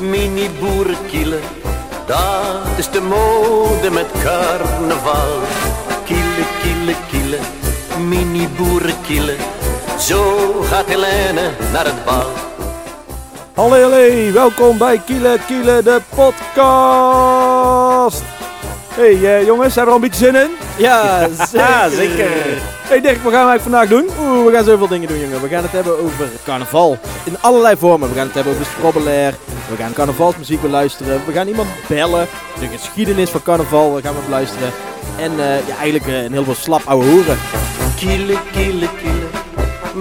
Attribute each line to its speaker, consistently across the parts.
Speaker 1: mini boerenkielen. Dat is de mode met carnaval. Kielen, kielen, kielen, mini boerenkielen. Zo gaat Helene naar het bal.
Speaker 2: Hallo, hallo, welkom bij Kiele Kiele, de podcast. Hey eh, jongens, hebben we er al een beetje zin in?
Speaker 3: Ja, zeker.
Speaker 2: Ja, zeker. Hey Dirk, wat gaan wij vandaag doen?
Speaker 3: Oeh, we gaan zoveel dingen doen, jongen. We gaan het hebben over carnaval. In allerlei vormen. We gaan het hebben over scrobbelair. We gaan carnavalsmuziek beluisteren. We gaan iemand bellen. De geschiedenis van carnaval we gaan we beluisteren. En eh, ja, eigenlijk eh, een heel veel slap ouwe hoeren.
Speaker 1: Kielen, kielen, kielen,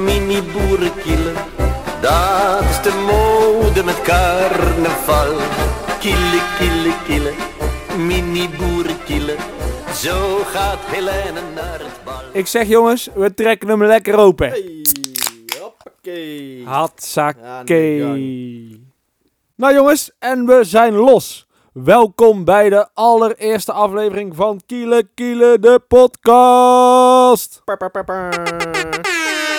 Speaker 1: mini boerenkielen. Dat is de mode met carnaval. Kielen, kielen, kielen, mini boerenkielen. Zo gaat Helene naar het bal.
Speaker 2: Ik zeg jongens, we trekken hem lekker open.
Speaker 3: Hey, hoppakee. Ja,
Speaker 2: Hatsake.
Speaker 3: nee,
Speaker 2: nou jongens, en we zijn los. Welkom bij de allereerste aflevering van Kiele Kiele, de podcast.
Speaker 3: Pa, pa, pa, pa.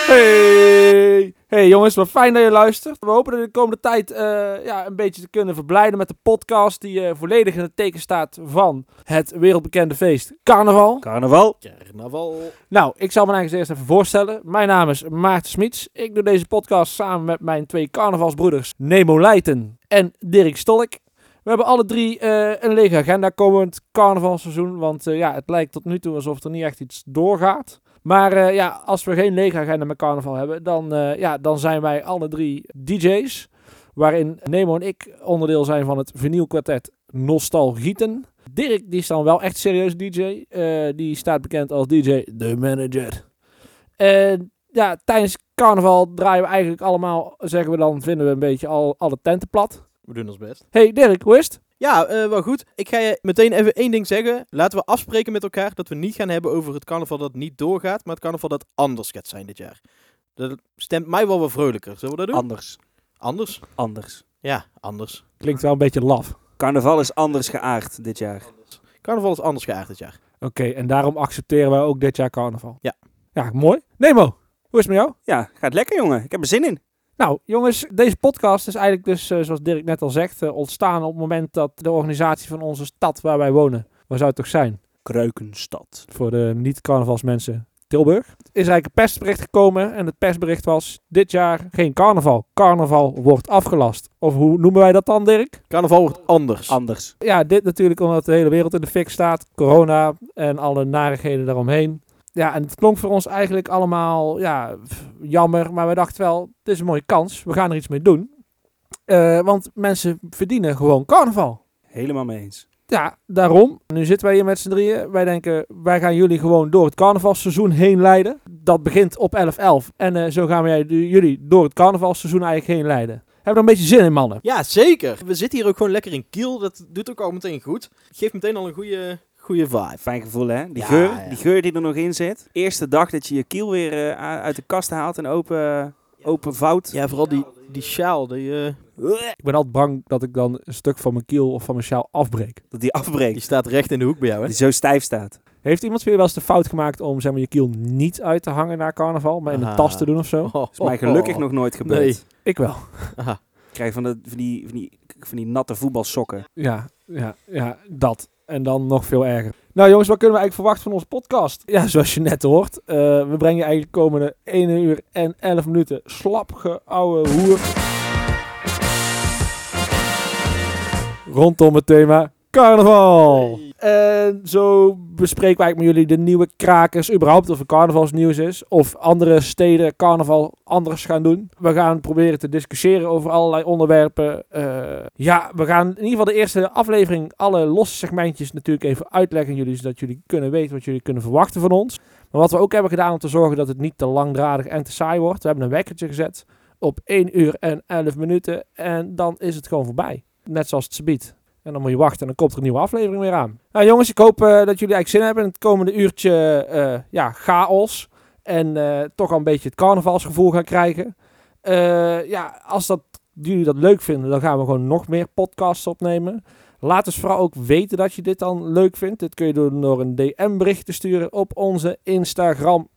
Speaker 2: Hey! Hey jongens, wat fijn dat je luistert. We hopen dat je de komende tijd eh, ja, een beetje te kunnen verblijden met de podcast die eh, volledig in het teken staat van het wereldbekende feest Carnaval.
Speaker 4: Carnaval.
Speaker 3: Carnaval.
Speaker 2: Nou, ik zal me eigenlijk eens eerst even voorstellen. Mijn naam is Maarten Smits. Ik doe deze podcast samen met mijn twee carnavalsbroeders Nemo Leijten en Dirk Stolk. We hebben alle drie eh, een lege agenda komend carnavalseizoen. Want eh, ja, het lijkt tot nu toe alsof er niet echt iets doorgaat. Maar eh, ja, als we geen lege agenda met carnaval hebben, dan, eh, ja, dan zijn wij alle drie DJ's. Waarin Nemo en ik onderdeel zijn van het vinylkwartet Nostalgieten. Dirk, die is dan wel echt serieus DJ. Eh, die staat bekend als DJ de manager. En ja, tijdens carnaval draaien we eigenlijk allemaal, zeggen we dan, vinden we een beetje al, alle tenten plat.
Speaker 3: We doen ons best.
Speaker 2: Hey Dirk, hoe is het?
Speaker 3: Ja, eh, wel goed. Ik ga je meteen even één ding zeggen. Laten we afspreken met elkaar dat we niet gaan hebben over het carnaval dat niet doorgaat, maar het carnaval dat anders gaat zijn dit jaar. Dat stemt mij wel wat vrolijker. Zullen we dat doen?
Speaker 4: Anders.
Speaker 3: anders?
Speaker 4: Anders.
Speaker 3: Ja, anders.
Speaker 2: Klinkt wel een beetje laf. Oké,
Speaker 4: Carnaval is anders geaard dit jaar.
Speaker 3: Carnaval is anders geaard dit jaar.
Speaker 2: en daarom accepteren wij ook dit jaar carnaval.
Speaker 3: Ja.
Speaker 2: Ja, mooi. Nemo, hoe is het met jou?
Speaker 4: Ja, gaat lekker jongen. Ik heb er zin in.
Speaker 2: Nou, jongens, deze podcast is eigenlijk dus, eh, zoals Dirk net al zegt, eh, ontstaan op het moment dat de organisatie van onze stad waar wij wonen, waar zou het toch zijn?
Speaker 4: Kreukenstad.
Speaker 2: voor de niet-carnavalsmensen Tilburg. Er is eigenlijk een persbericht gekomen en het persbericht was dit jaar geen carnaval. Carnaval wordt afgelast. Of hoe noemen wij dat dan, Dirk?
Speaker 3: Carnaval wordt anders.
Speaker 4: Anders.
Speaker 2: Ja, dit natuurlijk omdat de hele wereld in de fik staat. Corona en alle narigheden daaromheen. Ja, en het klonk voor ons eigenlijk allemaal ja, pff, jammer. Maar wij dachten wel, dit is een mooie kans. We gaan er iets mee doen. Eh, want mensen verdienen gewoon carnaval.
Speaker 4: Helemaal mee eens.
Speaker 2: Ja, daarom. Nu zitten wij hier met z'n drieën. Wij denken, wij gaan jullie gewoon door het carnavalseizoen heen leiden. Dat begint op 11-11. En eh, zo gaan wij jullie door het carnavalseizoen eigenlijk heen leiden. Hebben we er een beetje zin in, mannen?
Speaker 3: Ja, zeker. We zitten hier ook gewoon lekker in Kiel. Dat doet ook al meteen goed. Geeft meteen al een goede, goede vibe.
Speaker 4: Fijn gevoel hè? Die,
Speaker 3: Ja,
Speaker 4: geur,
Speaker 3: ja.
Speaker 4: die geur die er nog in zit. Eerste dag dat je je kiel weer eh, a- uit de kast haalt en open, open vouwt.
Speaker 3: Ja, vooral die, die sjaal. Die, eh,
Speaker 2: Ik ben altijd bang dat ik dan een stuk van mijn kiel of van mijn sjaal afbreek.
Speaker 4: Dat die
Speaker 3: die
Speaker 4: afbreekt.
Speaker 3: staat recht in de hoek bij jou, hè?
Speaker 4: Die zo stijf staat.
Speaker 2: Heeft iemand weer wel eens de fout gemaakt om zeg maar, je kiel niet uit te hangen na carnaval, maar in een
Speaker 3: Ah.
Speaker 2: tas te doen of zo?
Speaker 3: Oh,
Speaker 4: Is mij gelukkig nog nooit gebeurd.
Speaker 3: Nee.
Speaker 2: Ik wel.
Speaker 3: Aha.
Speaker 4: Ik krijg van, de, van, die, van, die, van die natte voetbalsokken.
Speaker 2: Ja, ja, ja, dat. En dan nog veel erger. Nou jongens, wat kunnen we eigenlijk verwachten van onze podcast? Ja, zoals je net hoort. eh, we brengen je eigenlijk de komende 1 uur en 11 minuten slap ouwe hoer. Rondom het thema carnaval. En zo bespreken we eigenlijk met jullie de nieuwe krakers. Überhaupt of er carnavalsnieuws is. Of andere steden carnaval anders gaan doen. We gaan proberen te discussiëren over allerlei onderwerpen. Eh, ja, we gaan in ieder geval de eerste aflevering alle losse segmentjes natuurlijk even uitleggen aan jullie. Zodat jullie kunnen weten wat jullie kunnen verwachten van ons. Maar wat we ook hebben gedaan om te zorgen dat het niet te langdradig en te saai wordt. We hebben een wekkertje gezet op 1 uur en 11 minuten. En dan is het gewoon voorbij. Net zoals het ze biedt. En dan moet je wachten en dan komt er een nieuwe aflevering weer aan. Nou jongens, ik hoop eh, dat jullie eigenlijk zin hebben in het komende uurtje eh, ja, chaos. En eh, toch al een beetje het carnavalsgevoel gaan krijgen. Eh, ja, als dat, jullie dat leuk vinden, dan gaan we gewoon nog meer podcasts opnemen. Laat ons vooral ook weten dat je dit dan leuk vindt. Dit kun je doen door een DM-bericht te sturen op onze Instagram.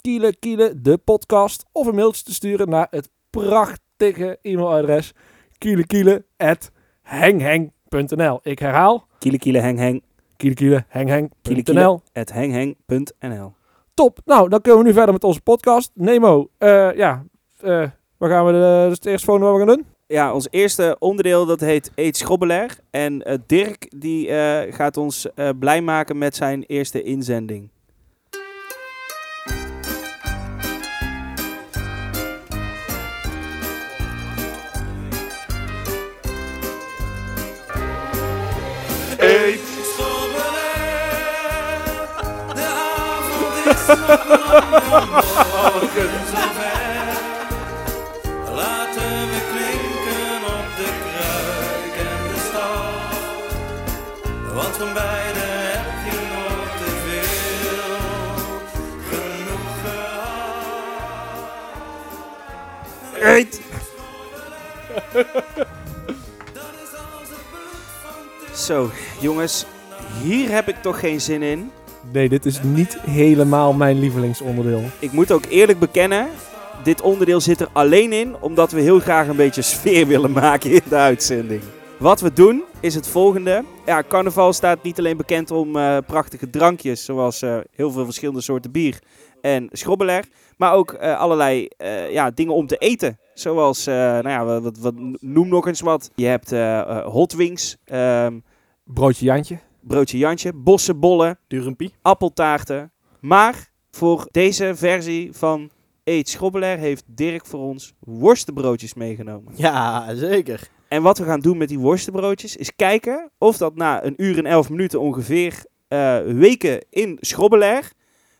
Speaker 2: Kiele Kiele, de podcast. Of een mailtje te sturen naar het prachtige e-mailadres. Kiele hengheng.nl. Ik herhaal,
Speaker 4: Kiele Kiele Heng Heng. Kiele
Speaker 2: kielekielehengheng.nl.
Speaker 4: Kiele at hengheng.nl.
Speaker 2: Top. Nou, dan kunnen we nu verder met onze podcast. Nemo, eh, ja, eh waar gaan we de, dat is het eerste volgende wat we gaan doen?
Speaker 4: Ja, ons eerste onderdeel dat heet Eet Schrobbelair. En eh, Dirk die eh, gaat ons eh, blij maken met zijn eerste inzending.
Speaker 5: Laten we klinken op de kruik en de stad. Want van beide heb je nog te veel. Genoeg gehad. Dat is als het bloed van te
Speaker 4: Zo, jongens, hier heb ik toch geen zin in.
Speaker 2: Nee, dit is niet helemaal mijn lievelingsonderdeel.
Speaker 4: Ik moet ook eerlijk bekennen, dit onderdeel zit er alleen in omdat we heel graag een beetje sfeer willen maken in de uitzending. Wat we doen is het volgende. Ja, carnaval staat niet alleen bekend om eh, prachtige drankjes, zoals eh, heel veel verschillende soorten bier en schrobbeler, maar ook eh, allerlei eh, ja, dingen om te eten. Zoals, eh, nou ja, wat, wat, wat- noem nog eens wat. Je hebt eh, eh, hot wings, ehm,
Speaker 2: Broodje Jantje.
Speaker 4: broodje Jantje, bossenbollen,
Speaker 3: Durumpie.
Speaker 4: appeltaarten. Maar voor deze versie van Eet Schrobbelair heeft Dirk voor ons worstenbroodjes meegenomen.
Speaker 3: Ja, zeker.
Speaker 4: En wat we gaan doen met die worstenbroodjes is kijken of dat na een uur en elf minuten ongeveer eh, weken in Schrobbelair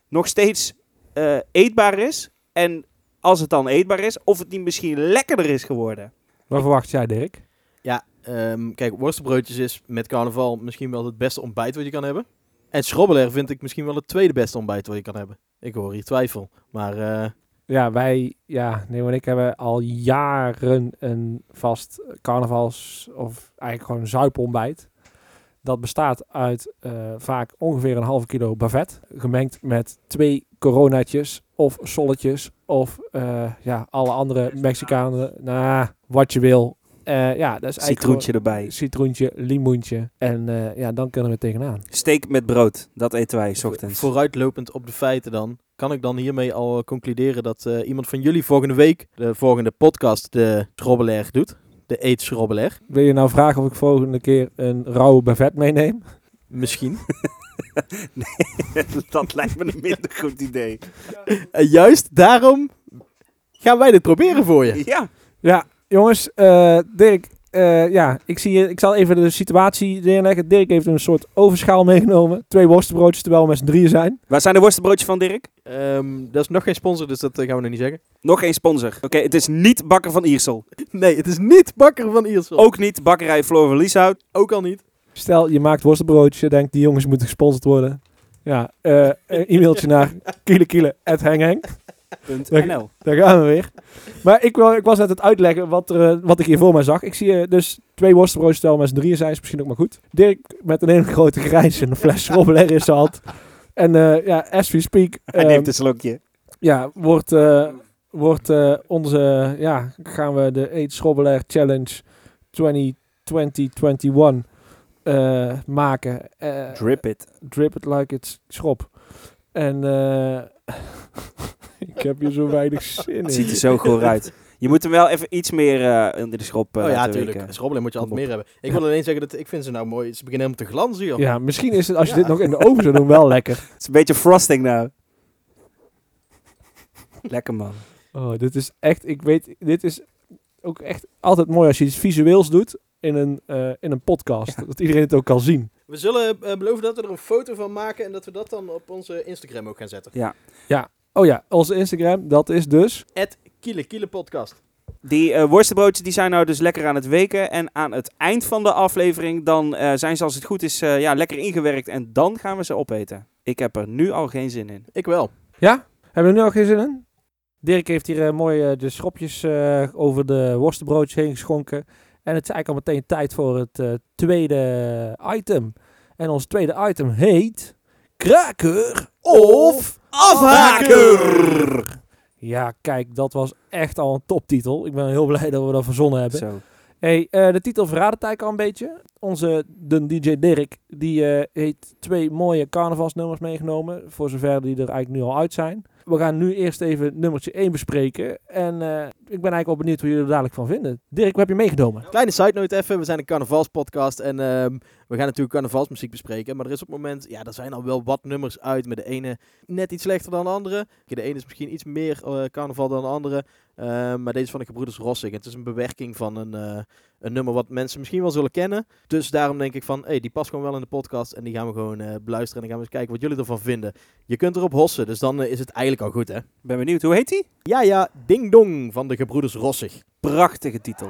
Speaker 4: nog steeds eh, eetbaar is. En als het dan eetbaar is, of het niet misschien lekkerder is geworden.
Speaker 2: Wat verwacht jij, Dirk?
Speaker 3: Ja, ehm, kijk, worstenbroodjes is met carnaval misschien wel het beste ontbijt wat je kan hebben. En schrobbeler vind ik misschien wel het tweede beste ontbijt wat je kan hebben. Ik hoor hier twijfel. Maar eh,
Speaker 2: Ja, wij, ja, Nemo en ik hebben al jaren een vast carnavals- of eigenlijk gewoon zuipontbijt. Dat bestaat uit eh, vaak ongeveer een halve kilo bavet, gemengd met twee coronatjes of solletjes of eh, ja, alle andere Mexicanen, nou, wat je wil. Eh, ja, dat is eigenlijk
Speaker 4: Citroentje erbij.
Speaker 2: gewoon citroentje, limoentje en eh, ja, dan kunnen we tegenaan.
Speaker 4: Steak met brood, dat eten wij 's ochtends.
Speaker 3: vooruitlopend op de feiten dan, kan ik dan hiermee al concluderen dat eh, iemand van jullie volgende week, de volgende podcast, de schrobbeler doet. De eet schrobbeler.
Speaker 2: Wil je nou vragen of ik volgende keer een rauwe bavet meeneem?
Speaker 3: Misschien.
Speaker 4: dat lijkt me een minder goed idee.
Speaker 3: en juist daarom gaan wij dit proberen voor je.
Speaker 4: Ja.
Speaker 2: Ja, jongens, eh, Dirk, eh, ja, ik, zie, je- ik zal even de situatie neerleggen. Dirk heeft een soort ovenschaal meegenomen. Twee worstenbroodjes, terwijl we met z'n drieën zijn.
Speaker 4: Waar zijn de worstenbroodjes van, Dirk?
Speaker 3: Ehm, dat is nog geen sponsor, dus dat eh, gaan we nog niet zeggen.
Speaker 4: Nog geen sponsor. Oké, het is niet Bakker van Iersel.
Speaker 3: Nee, het is niet Bakker van Iersel.
Speaker 4: Ook niet Bakkerij Floor van Lieshout.
Speaker 3: ook al niet.
Speaker 2: Stel, je maakt worstenbroodjes, je denkt, die jongens moeten gesponsord worden. Ja, eh, een e-mailtje naar kielekiele.hengheng.
Speaker 4: NL.
Speaker 2: Daar gaan we weer. Maar ik, wil, ik was net aan het uitleggen wat, er, eh, wat ik hier voor mij zag. Ik zie eh, dus twee worstenbroodjes, terwijl we met z'n drieën zijn, is misschien ook maar goed. Dirk met een hele grote grijs en een fles Robbeler in zijn hand. En eh, ja, as we speak...
Speaker 4: Hij
Speaker 2: ehm,
Speaker 4: neemt een slokje.
Speaker 2: Ja, wordt, eh, wordt eh, onze, ja, gaan we de Eet Schrobbelair Challenge 2020-2021 eh, maken. Eh,
Speaker 4: Drip it.
Speaker 2: drip it like it's schrob. En eh, ik heb hier zo weinig zin
Speaker 4: Het
Speaker 2: in.
Speaker 4: ziet er zo goor uit. Je moet hem wel even iets meer eh, in de schop eh,
Speaker 3: oh ja,
Speaker 4: laten
Speaker 3: natuurlijk.
Speaker 4: werken.
Speaker 3: Schrobbelen moet je
Speaker 2: Kom
Speaker 3: altijd meer hebben. Ik wil alleen zeggen dat ik vind ze nou mooi. Ze beginnen helemaal te glanzen, joh.
Speaker 2: Ja, misschien is het als je
Speaker 3: Ja.
Speaker 2: dit nog in de oven zou doen wel lekker.
Speaker 4: Het is een beetje frosting nou. Lekker man.
Speaker 2: Oh, dit is echt, ik weet, dit is ook echt altijd mooi als je iets visueels doet in een, eh, in een podcast. Dat iedereen het ook kan zien.
Speaker 3: We zullen eh, beloven dat we er een foto van maken en dat we dat dan op onze Instagram ook gaan zetten.
Speaker 2: Oh ja, onze Instagram, dat is dus...
Speaker 3: Het Kiele Kiele Podcast.
Speaker 4: Die eh, worstenbroodjes die zijn nou dus lekker aan het weken. En aan het eind van de aflevering dan eh, zijn ze als het goed is eh, ja, lekker ingewerkt. En dan gaan we ze opeten. Ik heb er nu al geen zin in.
Speaker 3: Ik wel.
Speaker 2: Ja? Hebben we er nu al geen zin in? Dirk heeft hier eh, mooi eh, de schropjes eh, over de worstenbroodjes heen geschonken. En het is eigenlijk al meteen tijd voor het eh, tweede item. En ons tweede item heet... Kraker of Ja, kijk, dat was echt al een toptitel. Ik ben heel blij dat we dat verzonnen hebben.
Speaker 4: Zo.
Speaker 2: Hey, eh, de titel verraadt het eigenlijk al een beetje. Onze de DJ Dirk, die eh, heeft twee mooie carnavalsnummers meegenomen. Voor zover die er eigenlijk nu al uit zijn. We gaan nu eerst even nummertje 1 bespreken. En eh, ik ben eigenlijk wel benieuwd hoe jullie er dadelijk van vinden. Dirk, wat heb je meegenomen?
Speaker 3: Kleine side note even. We zijn een carnavalspodcast en ehm, we gaan natuurlijk carnavalsmuziek bespreken. Maar er is op het moment, ja, er zijn al wel wat nummers uit. Met de ene net iets slechter dan de andere. Oké, De ene is misschien iets meer eh, carnaval dan de andere. Ehm, maar deze is van de gebroeders Rossing. Het is een bewerking van een, eh, een nummer wat mensen misschien wel zullen kennen. Dus daarom denk ik van, hey, die past gewoon wel in de podcast. En die gaan we gewoon eh, beluisteren en dan gaan we eens kijken wat jullie ervan vinden. Je kunt erop hossen, dus dan eh, is het eigenlijk al goed, hè?
Speaker 4: Ben benieuwd, hoe heet die?
Speaker 3: Ja, ja, Ding Dong van de gebroeders Rossig.
Speaker 4: Prachtige titel.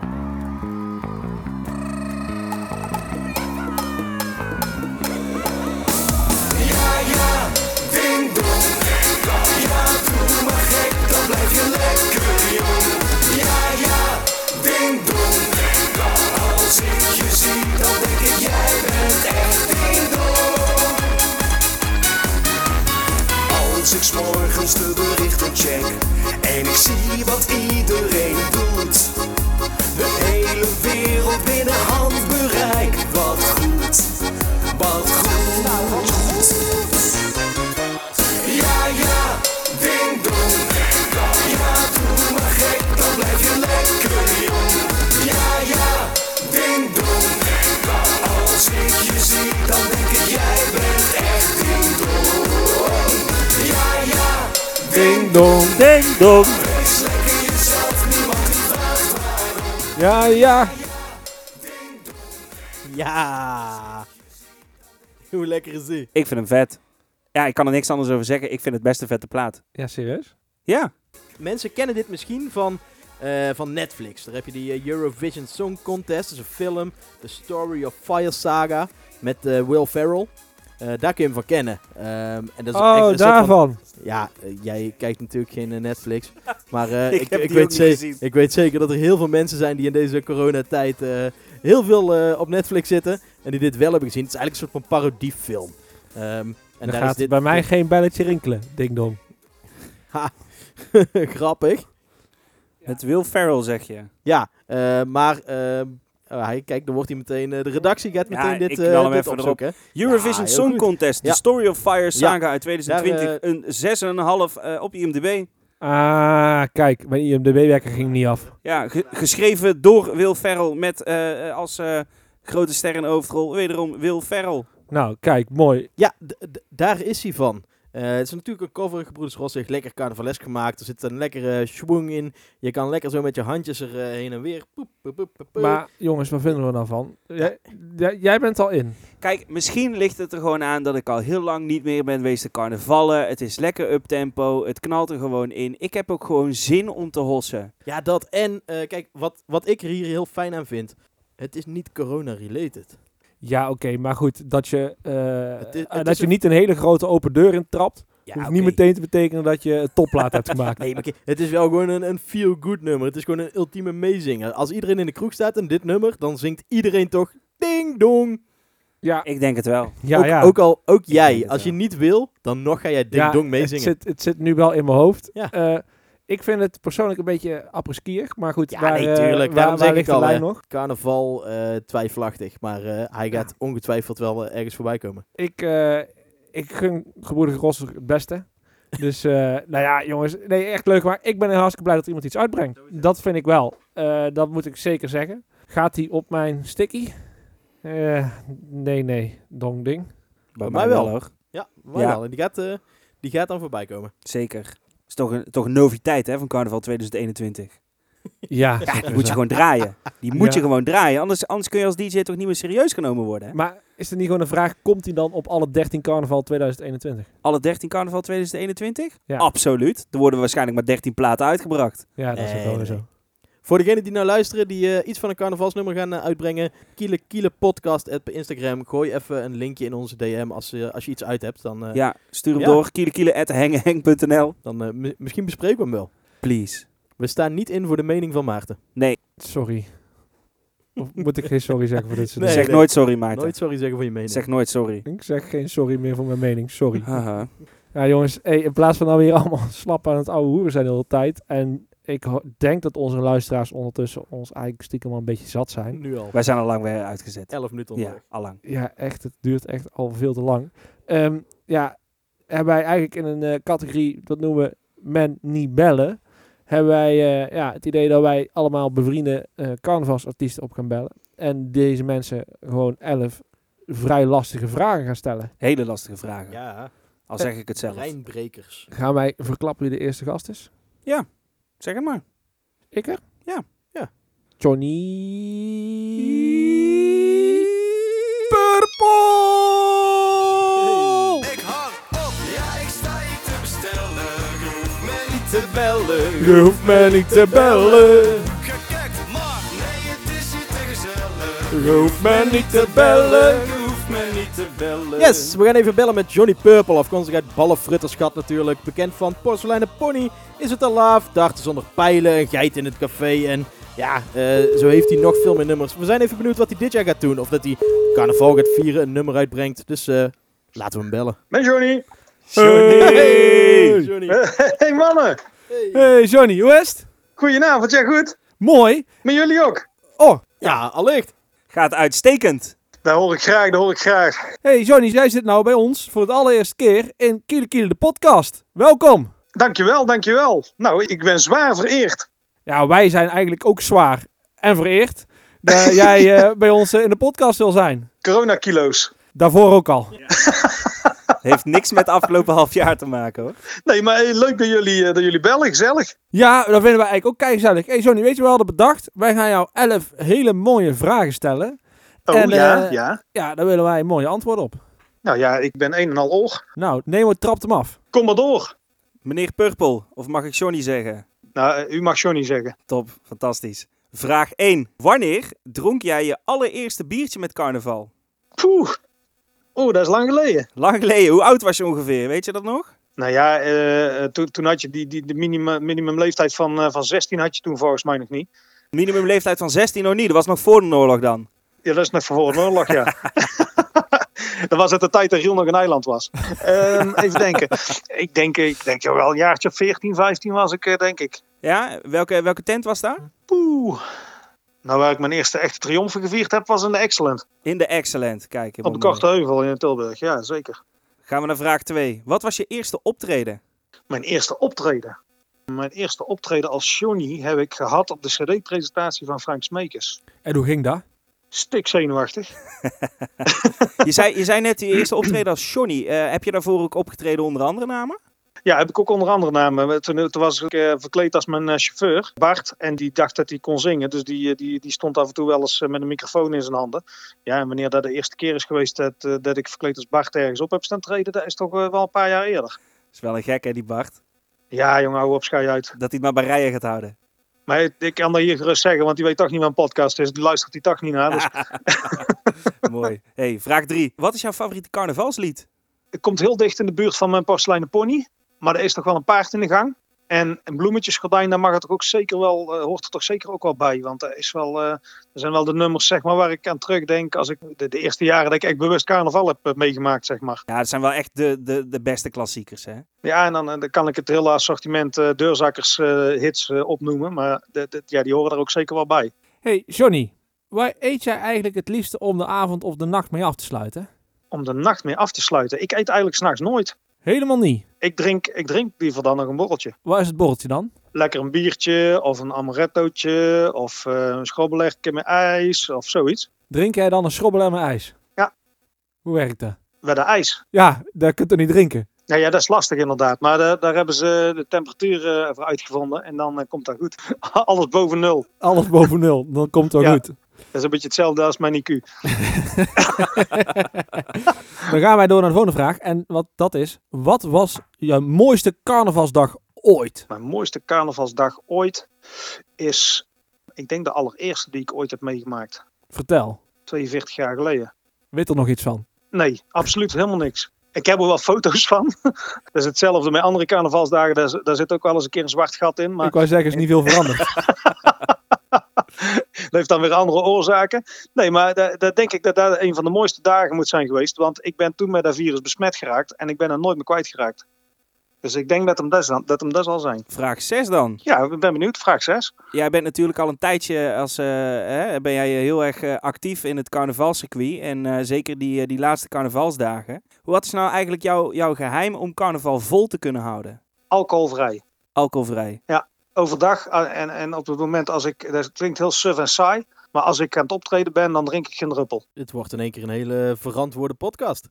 Speaker 6: Als ik 's morgens de berichten check en ik zie wat iedereen doet. De hele wereld binnen handbereik. Wat goed, Nou, wat goed. Ja, ja, ding dong. Ja, doe maar gek, dan blijf je lekker jong. Ja, ja, ding dong. Als ik je zie, dan denk ik jij bent echt ding dong. Ja, ja,
Speaker 4: Ding dong, ding dong.
Speaker 6: wees lekker jezelf, niemand die vraagt waarom.
Speaker 2: Ja, ja.
Speaker 3: Ja. Hoe lekker is die?
Speaker 4: Ik vind hem vet. Ja, ik kan er niks anders over zeggen. Ik vind het best een vette plaat.
Speaker 2: Ja, serieus?
Speaker 4: Ja.
Speaker 3: Mensen kennen dit misschien van, eh, van Netflix. Daar heb je die eh, Eurovision Song Contest. Dat is een film. The Story of Fire Saga. Met eh, Will Ferrell. Eh, daar kun je hem van kennen. Ehm, en dat is echt een
Speaker 2: Oh,
Speaker 3: soort van-
Speaker 2: daarvan.
Speaker 3: ja, eh, jij kijkt natuurlijk geen eh, Netflix. Maar eh,
Speaker 4: Ik
Speaker 3: ik,
Speaker 4: heb
Speaker 3: ik,
Speaker 4: die
Speaker 3: weet
Speaker 4: ook niet
Speaker 3: ze-
Speaker 4: gezien.
Speaker 3: ik weet zeker dat er heel veel mensen zijn die in deze coronatijd eh, heel veel eh, op Netflix zitten. En die dit wel hebben gezien. Het is eigenlijk een soort van parodiefilm. Ehm, en
Speaker 2: En
Speaker 3: daar
Speaker 2: dan
Speaker 3: is
Speaker 2: gaat
Speaker 3: dit
Speaker 2: bij mij geen belletje rinkelen, ding dong.
Speaker 3: grappig.
Speaker 4: Met Will Ferrell zeg je.
Speaker 3: Ja, eh, maar ehm, oh, hij, kijk, dan wordt hij meteen. eh, de redactie gaat
Speaker 4: Ja,
Speaker 3: meteen
Speaker 4: ik
Speaker 3: dit,
Speaker 4: knal
Speaker 3: eh
Speaker 4: hem
Speaker 3: dit
Speaker 4: even erop.
Speaker 3: opzoeken.
Speaker 4: Eurovision
Speaker 3: Ja, heel
Speaker 4: Song
Speaker 3: goed.
Speaker 4: Contest.
Speaker 3: Ja.
Speaker 4: The Story of Fire Saga uit 2020.
Speaker 3: Daar, eh,
Speaker 4: een 6,5 eh, op IMDb.
Speaker 2: Ah, kijk, mijn IMDb-werker ging niet af.
Speaker 4: Ja, ge- geschreven door Will Ferrell met eh, eh, als eh, grote ster in hoofdrol wederom Will Ferrell.
Speaker 2: Nou, kijk, mooi.
Speaker 3: Ja, d- d- daar is hij van. Eh, het is natuurlijk een cover, Gebroeders Ros heeft lekker carnavalesk gemaakt. Er zit een lekkere schwung in. Je kan lekker zo met je handjes er eh, heen en weer. Poep, poep, poep, poep, poep.
Speaker 2: Maar jongens, wat vinden we nou van? Jij, jij- jij bent al in.
Speaker 4: Kijk, misschien ligt het er gewoon aan dat ik al heel lang niet meer ben geweest te carnavallen. Het is lekker uptempo. Het knalt er gewoon in. Ik heb ook gewoon zin om te hossen.
Speaker 3: Ja, dat en, eh, kijk, wat, wat ik er hier heel fijn aan vind. Het is niet corona-related.
Speaker 2: Ja, oké, maar goed, dat je, eh,
Speaker 3: Het is-
Speaker 2: eh,
Speaker 3: het
Speaker 2: dat
Speaker 3: is
Speaker 2: je
Speaker 3: een-
Speaker 2: niet een hele grote open deur intrapt,
Speaker 3: Ja,
Speaker 2: hoeft
Speaker 3: oké.
Speaker 2: niet meteen te betekenen dat je een topplaat hebt gemaakt.
Speaker 3: Nee, maar het is wel gewoon een, een feel-good nummer. Het is gewoon een ultieme meezinger. Als iedereen in de kroeg staat en dit nummer, dan zingt iedereen toch ding-dong.
Speaker 2: Ja,
Speaker 4: Ik denk het wel.
Speaker 2: ja,
Speaker 3: ook,
Speaker 2: ja.
Speaker 3: ook al, ook
Speaker 4: denk
Speaker 3: jij,
Speaker 4: het
Speaker 3: als je
Speaker 4: wel.
Speaker 3: niet wil, dan nog ga jij ding
Speaker 2: Ja,
Speaker 3: dong
Speaker 2: het,
Speaker 3: meezingen.
Speaker 2: zit, het zit nu wel in mijn hoofd.
Speaker 3: Ja.
Speaker 2: Eh, ik vind het persoonlijk een beetje apres-skier, maar goed,
Speaker 3: Ja,
Speaker 2: daar,
Speaker 3: nee,
Speaker 2: eh,
Speaker 3: tuurlijk,
Speaker 2: waar,
Speaker 3: daarom
Speaker 2: waar
Speaker 3: zeg
Speaker 2: ligt
Speaker 3: ik
Speaker 2: de
Speaker 3: al,
Speaker 2: lijn
Speaker 3: hè.
Speaker 2: nog?
Speaker 3: Carnaval eh, twijfelachtig, maar eh, hij gaat ongetwijfeld wel eh, ergens voorbij komen.
Speaker 2: Ik, eh, ik gun Gebroeders Rosser het beste. Dus, eh, nou ja, jongens, nee, echt leuk. Maar ik ben hartstikke blij dat iemand iets uitbrengt. Dat vind ik wel. Eh, dat moet ik zeker zeggen. Gaat die op mijn sticky? Eh, nee, nee, dong ding.
Speaker 4: Bij
Speaker 3: mij wel.
Speaker 4: hoor.
Speaker 3: Ja, wel.
Speaker 4: Ja.
Speaker 3: wel. En Die, gaat, eh, die gaat dan voorbij komen.
Speaker 4: Zeker. Is toch een, toch een noviteit hè, van carnaval 2021.
Speaker 2: Ja, Dus, eh,
Speaker 4: Ja, die moet je gewoon draaien. Die moet
Speaker 2: Ja.
Speaker 4: je gewoon draaien. Anders, anders kun je als DJ toch niet meer serieus genomen worden. Hè?
Speaker 2: maar is er niet gewoon een vraag, komt hij dan op alle 13 carnaval 2021?
Speaker 4: Alle 13 carnaval 2021?
Speaker 2: Ja.
Speaker 4: Absoluut. Er worden waarschijnlijk maar 13 platen uitgebracht.
Speaker 2: Ja, dat is
Speaker 3: Nee,
Speaker 2: ook wel weer
Speaker 3: nee.
Speaker 2: zo.
Speaker 3: Voor degenen die nou luisteren, die eh, iets van een carnavalsnummer gaan eh, uitbrengen, Kiele Kiele Podcast at bij Instagram. Gooi even een linkje in onze DM als, eh, als je iets uit hebt. Dan, eh,
Speaker 4: Ja, stuur hem
Speaker 3: Ja.
Speaker 4: door. kielekiele.hengehenk.nl
Speaker 3: dan eh, mi- misschien bespreken we hem wel.
Speaker 4: Please.
Speaker 3: We staan niet in voor de mening van Maarten.
Speaker 4: Nee,
Speaker 2: Sorry. Of moet ik geen sorry zeggen voor dit soort
Speaker 3: Nee,
Speaker 4: zeg
Speaker 2: dingen?
Speaker 4: nooit sorry Maarten.
Speaker 3: Nooit sorry zeggen voor je mening.
Speaker 4: Zeg nooit sorry.
Speaker 2: Ik zeg geen sorry meer voor mijn mening, sorry.
Speaker 4: Haha.
Speaker 2: Ja jongens, hey, in plaats van nou weer allemaal slap aan het oude hoeren zijn de hele tijd en Ik ho- denk dat onze luisteraars ondertussen ons eigenlijk stiekem wel een beetje zat zijn.
Speaker 3: Nu al.
Speaker 4: Wij zijn al lang weer uitgezet.
Speaker 3: 11 minuten
Speaker 4: Ja,
Speaker 3: onderweg.
Speaker 4: allang.
Speaker 2: Ja, echt, het duurt echt al veel te lang. Ehm, ja, hebben wij eigenlijk in een eh, categorie, dat noemen we men niet bellen, hebben wij eh, ja, het idee dat wij allemaal bevriende eh carnavalsartiesten op gaan bellen. En deze mensen gewoon elf vrij lastige vragen gaan stellen.
Speaker 4: Hele lastige vragen.
Speaker 3: Ja,
Speaker 4: Al zeg ik het zelf.
Speaker 3: Rijnbrekers.
Speaker 2: Gaan wij verklappen wie de eerste gast is?
Speaker 4: Zeg het maar.
Speaker 2: Ik er?
Speaker 4: Ja.
Speaker 3: Ja.
Speaker 2: Johnny... Purple!
Speaker 6: Ik hang op, ja, ik sta hier te bestellen. Je hoeft me niet te bellen.
Speaker 2: Je hoeft mij niet te bellen.
Speaker 6: Gekijk, maar nee, het is hier te gezellig.
Speaker 2: Je hoeft mij niet te
Speaker 6: Je hoeft me niet te bellen.
Speaker 3: Yes, we gaan even bellen met Johnny Purple, afkomstig uit Ballenfrutterschat natuurlijk. Bekend van Porseleinen Pony, Is het al laaf, Darten zonder pijlen, een geit in het café en ja, eh, zo heeft hij nog veel meer nummers. We zijn even benieuwd wat hij dit jaar gaat doen, of dat hij carnaval gaat vieren, een nummer uitbrengt. Dus eh, laten we hem bellen.
Speaker 7: Met Johnny.
Speaker 2: Hey.
Speaker 3: Johnny.
Speaker 7: Hey mannen.
Speaker 2: hey Johnny, hoe is het?
Speaker 7: Goedenavond, ja goed.
Speaker 2: Mooi.
Speaker 7: Met jullie ook.
Speaker 3: Oh, ja, allicht.
Speaker 4: Gaat uitstekend.
Speaker 7: Daar hoor ik graag, daar hoor ik graag.
Speaker 2: Hey Johnny, jij zit nou bij ons voor het allereerste keer in Kiele Kiele de podcast. Welkom.
Speaker 7: Dankjewel, dankjewel. Nou, ik ben zwaar vereerd.
Speaker 2: Ja, wij zijn eigenlijk ook zwaar en vereerd dat jij eh, bij ons eh, in de podcast wil zijn.
Speaker 7: Coronakilo's.
Speaker 2: Daarvoor ook al.
Speaker 4: Heeft niks met afgelopen half jaar te maken hoor.
Speaker 7: Nee, maar hey, leuk dat jullie, eh, dat jullie bellen, gezellig.
Speaker 2: Ja, dat vinden wij eigenlijk ook keigezellig. Hey Johnny, weet je wat we hadden bedacht? Wij gaan jou elf hele mooie vragen stellen.
Speaker 7: Oh
Speaker 2: En,
Speaker 7: ja,
Speaker 2: eh,
Speaker 7: ja.
Speaker 2: Ja, daar willen wij een mooie antwoord op.
Speaker 7: Nou ja, ik ben een en al oor.
Speaker 2: Nou, Nemo trapt hem af.
Speaker 7: Kom maar door.
Speaker 4: Meneer Purple, of mag ik Johnny zeggen?
Speaker 7: Nou, eh, u mag Johnny zeggen.
Speaker 4: Top, fantastisch. Vraag 1. Wanneer dronk jij je allereerste biertje met carnaval?
Speaker 7: Poeh. Oeh, dat is lang geleden.
Speaker 4: Lang geleden, hoe oud was je ongeveer? Weet je dat nog?
Speaker 7: Nou ja, eh, eh, toen- toen had je die, die, de minimum, minimumleeftijd van, eh, van 16 had je toen volgens mij nog niet.
Speaker 4: Minimumleeftijd van 16 nog niet, dat was nog voor de oorlog dan.
Speaker 7: Ja, dat is nog voor de oorlog, ja. dat was uit de tijd dat Riel nog een eiland was. Ehm, even denken. Ik denk, ik denk ja, wel een jaartje of 14, 15 was ik, eh, denk ik.
Speaker 4: Ja, welke, welke tent was daar?
Speaker 7: Poeh. Nou, waar ik mijn eerste echte triomfen gevierd heb, was in de Excellent.
Speaker 4: In de Excellent, kijk.
Speaker 7: Op de
Speaker 4: helemaal
Speaker 7: Korte
Speaker 4: mooi.
Speaker 7: Heuvel in Tilburg, ja, zeker.
Speaker 4: Gaan we naar vraag 2. Wat was je eerste optreden?
Speaker 7: Mijn eerste optreden. Mijn eerste optreden als Johnny heb ik gehad op de CD-presentatie van Frank Smekers.
Speaker 2: En hoe ging dat?
Speaker 7: Stik zenuwachtig.
Speaker 4: Je zei, je zei net je eerste optreden als Johnny. Eh, heb je daarvoor ook opgetreden onder andere namen?
Speaker 7: Ja, heb ik ook onder andere namen. Toen, toen was ik eh, verkleed als mijn eh, chauffeur, Bart. En die dacht dat hij kon zingen. Dus die, eh, die, die stond af en toe wel eens eh, met een microfoon in zijn handen. Ja, en wanneer dat de eerste keer is geweest dat, eh, dat ik verkleed als Bart ergens op heb staan treden, dat is toch eh, wel een paar jaar eerder.
Speaker 4: is wel een gek hè, die Bart.
Speaker 7: Ja, jongen, hou op, schei uit.
Speaker 4: Dat hij het maar bij rijen gaat houden.
Speaker 7: Maar ik kan dat hier gerust zeggen, want die weet toch niet wat een podcast is. Die luistert die toch niet naar. Dus
Speaker 4: Mooi. Hey, vraag 3. Wat is jouw favoriete carnavalslied?
Speaker 7: het komt heel dicht in de buurt van mijn porseleinen pony. Maar er is toch wel een paard in de gang. En een bloemetjesgordijn, daar mag het toch ook zeker wel, eh, hoort er toch zeker ook wel bij. Want dat is wel, eh, er zijn wel de nummers zeg maar, waar ik aan terugdenk als ik de, de eerste jaren dat ik echt bewust carnaval heb eh, meegemaakt. Zeg maar.
Speaker 4: Ja, dat zijn wel echt de, de, de beste klassiekers hè.
Speaker 7: Ja, en dan, eh, dan kan ik het hele assortiment eh, deurzakkers eh, hits eh, opnoemen. Maar de- de- ja, die horen er ook zeker wel bij.
Speaker 2: Hey Johnny, waar eet jij eigenlijk het liefste om de avond of de nacht mee af te sluiten?
Speaker 7: Om de nacht mee af te sluiten. Ik eet eigenlijk s'nachts nooit.
Speaker 2: Helemaal niet.
Speaker 7: Ik drink, ik drink liever dan nog een borreltje.
Speaker 2: Waar is het borreltje dan?
Speaker 7: lekker een biertje of een amarettootje of eh, een schrobbelerkje met ijs of zoiets.
Speaker 2: Drink jij dan een schrobbel en een ijs?
Speaker 7: Ja.
Speaker 2: Hoe werkt dat?
Speaker 7: Bij de ijs.
Speaker 2: Ja, daar kunt u niet drinken.
Speaker 7: Nou ja, dat is lastig inderdaad. Maar da- daar hebben ze de temperatuur eh, voor uitgevonden en dan eh, komt dat goed. Alles boven nul.
Speaker 2: Alles boven nul, dan komt het wel
Speaker 7: Ja.
Speaker 2: goed.
Speaker 7: Dat is een beetje hetzelfde als mijn IQ.
Speaker 2: Dan gaan wij door naar de volgende vraag. En wat dat is, wat was je mooiste carnavalsdag ooit?
Speaker 7: Mijn mooiste carnavalsdag ooit is, ik denk de allereerste die ik ooit heb meegemaakt.
Speaker 2: Vertel.
Speaker 7: 42 jaar geleden.
Speaker 2: Weet er nog iets van?
Speaker 7: Nee, absoluut helemaal niks. Ik heb er wel foto's van. dat is hetzelfde met andere carnavalsdagen. Daar, z- daar zit ook wel eens een keer een zwart gat in. Maar
Speaker 2: Ik wou zeggen, is niet veel veranderd.
Speaker 7: Dat heeft dan weer andere oorzaken. Nee, maar da- dat denk ik dat dat een van de mooiste dagen moet zijn geweest. Want ik ben toen met dat virus besmet geraakt en ik ben er nooit meer kwijtgeraakt. Dus ik denk dat hem dat, zal- dat, hem dat zal zijn.
Speaker 4: Vraag 6 dan.
Speaker 7: Ja, ik ben benieuwd. Vraag 6.
Speaker 4: Jij bent natuurlijk al een tijdje als, eh, hè, ben jij heel erg eh, actief in het carnavalscircuit. En eh, zeker die, eh, die laatste carnavalsdagen. Wat is nou eigenlijk jouw jouw geheim om carnaval vol te kunnen houden?
Speaker 7: Alcoholvrij.
Speaker 4: Alcoholvrij.
Speaker 7: overdag ah, en, en op het moment als ik, dat klinkt heel suf en saai, maar als ik aan het optreden ben, dan drink ik geen druppel.
Speaker 3: Dit wordt in één keer een hele verantwoorde podcast.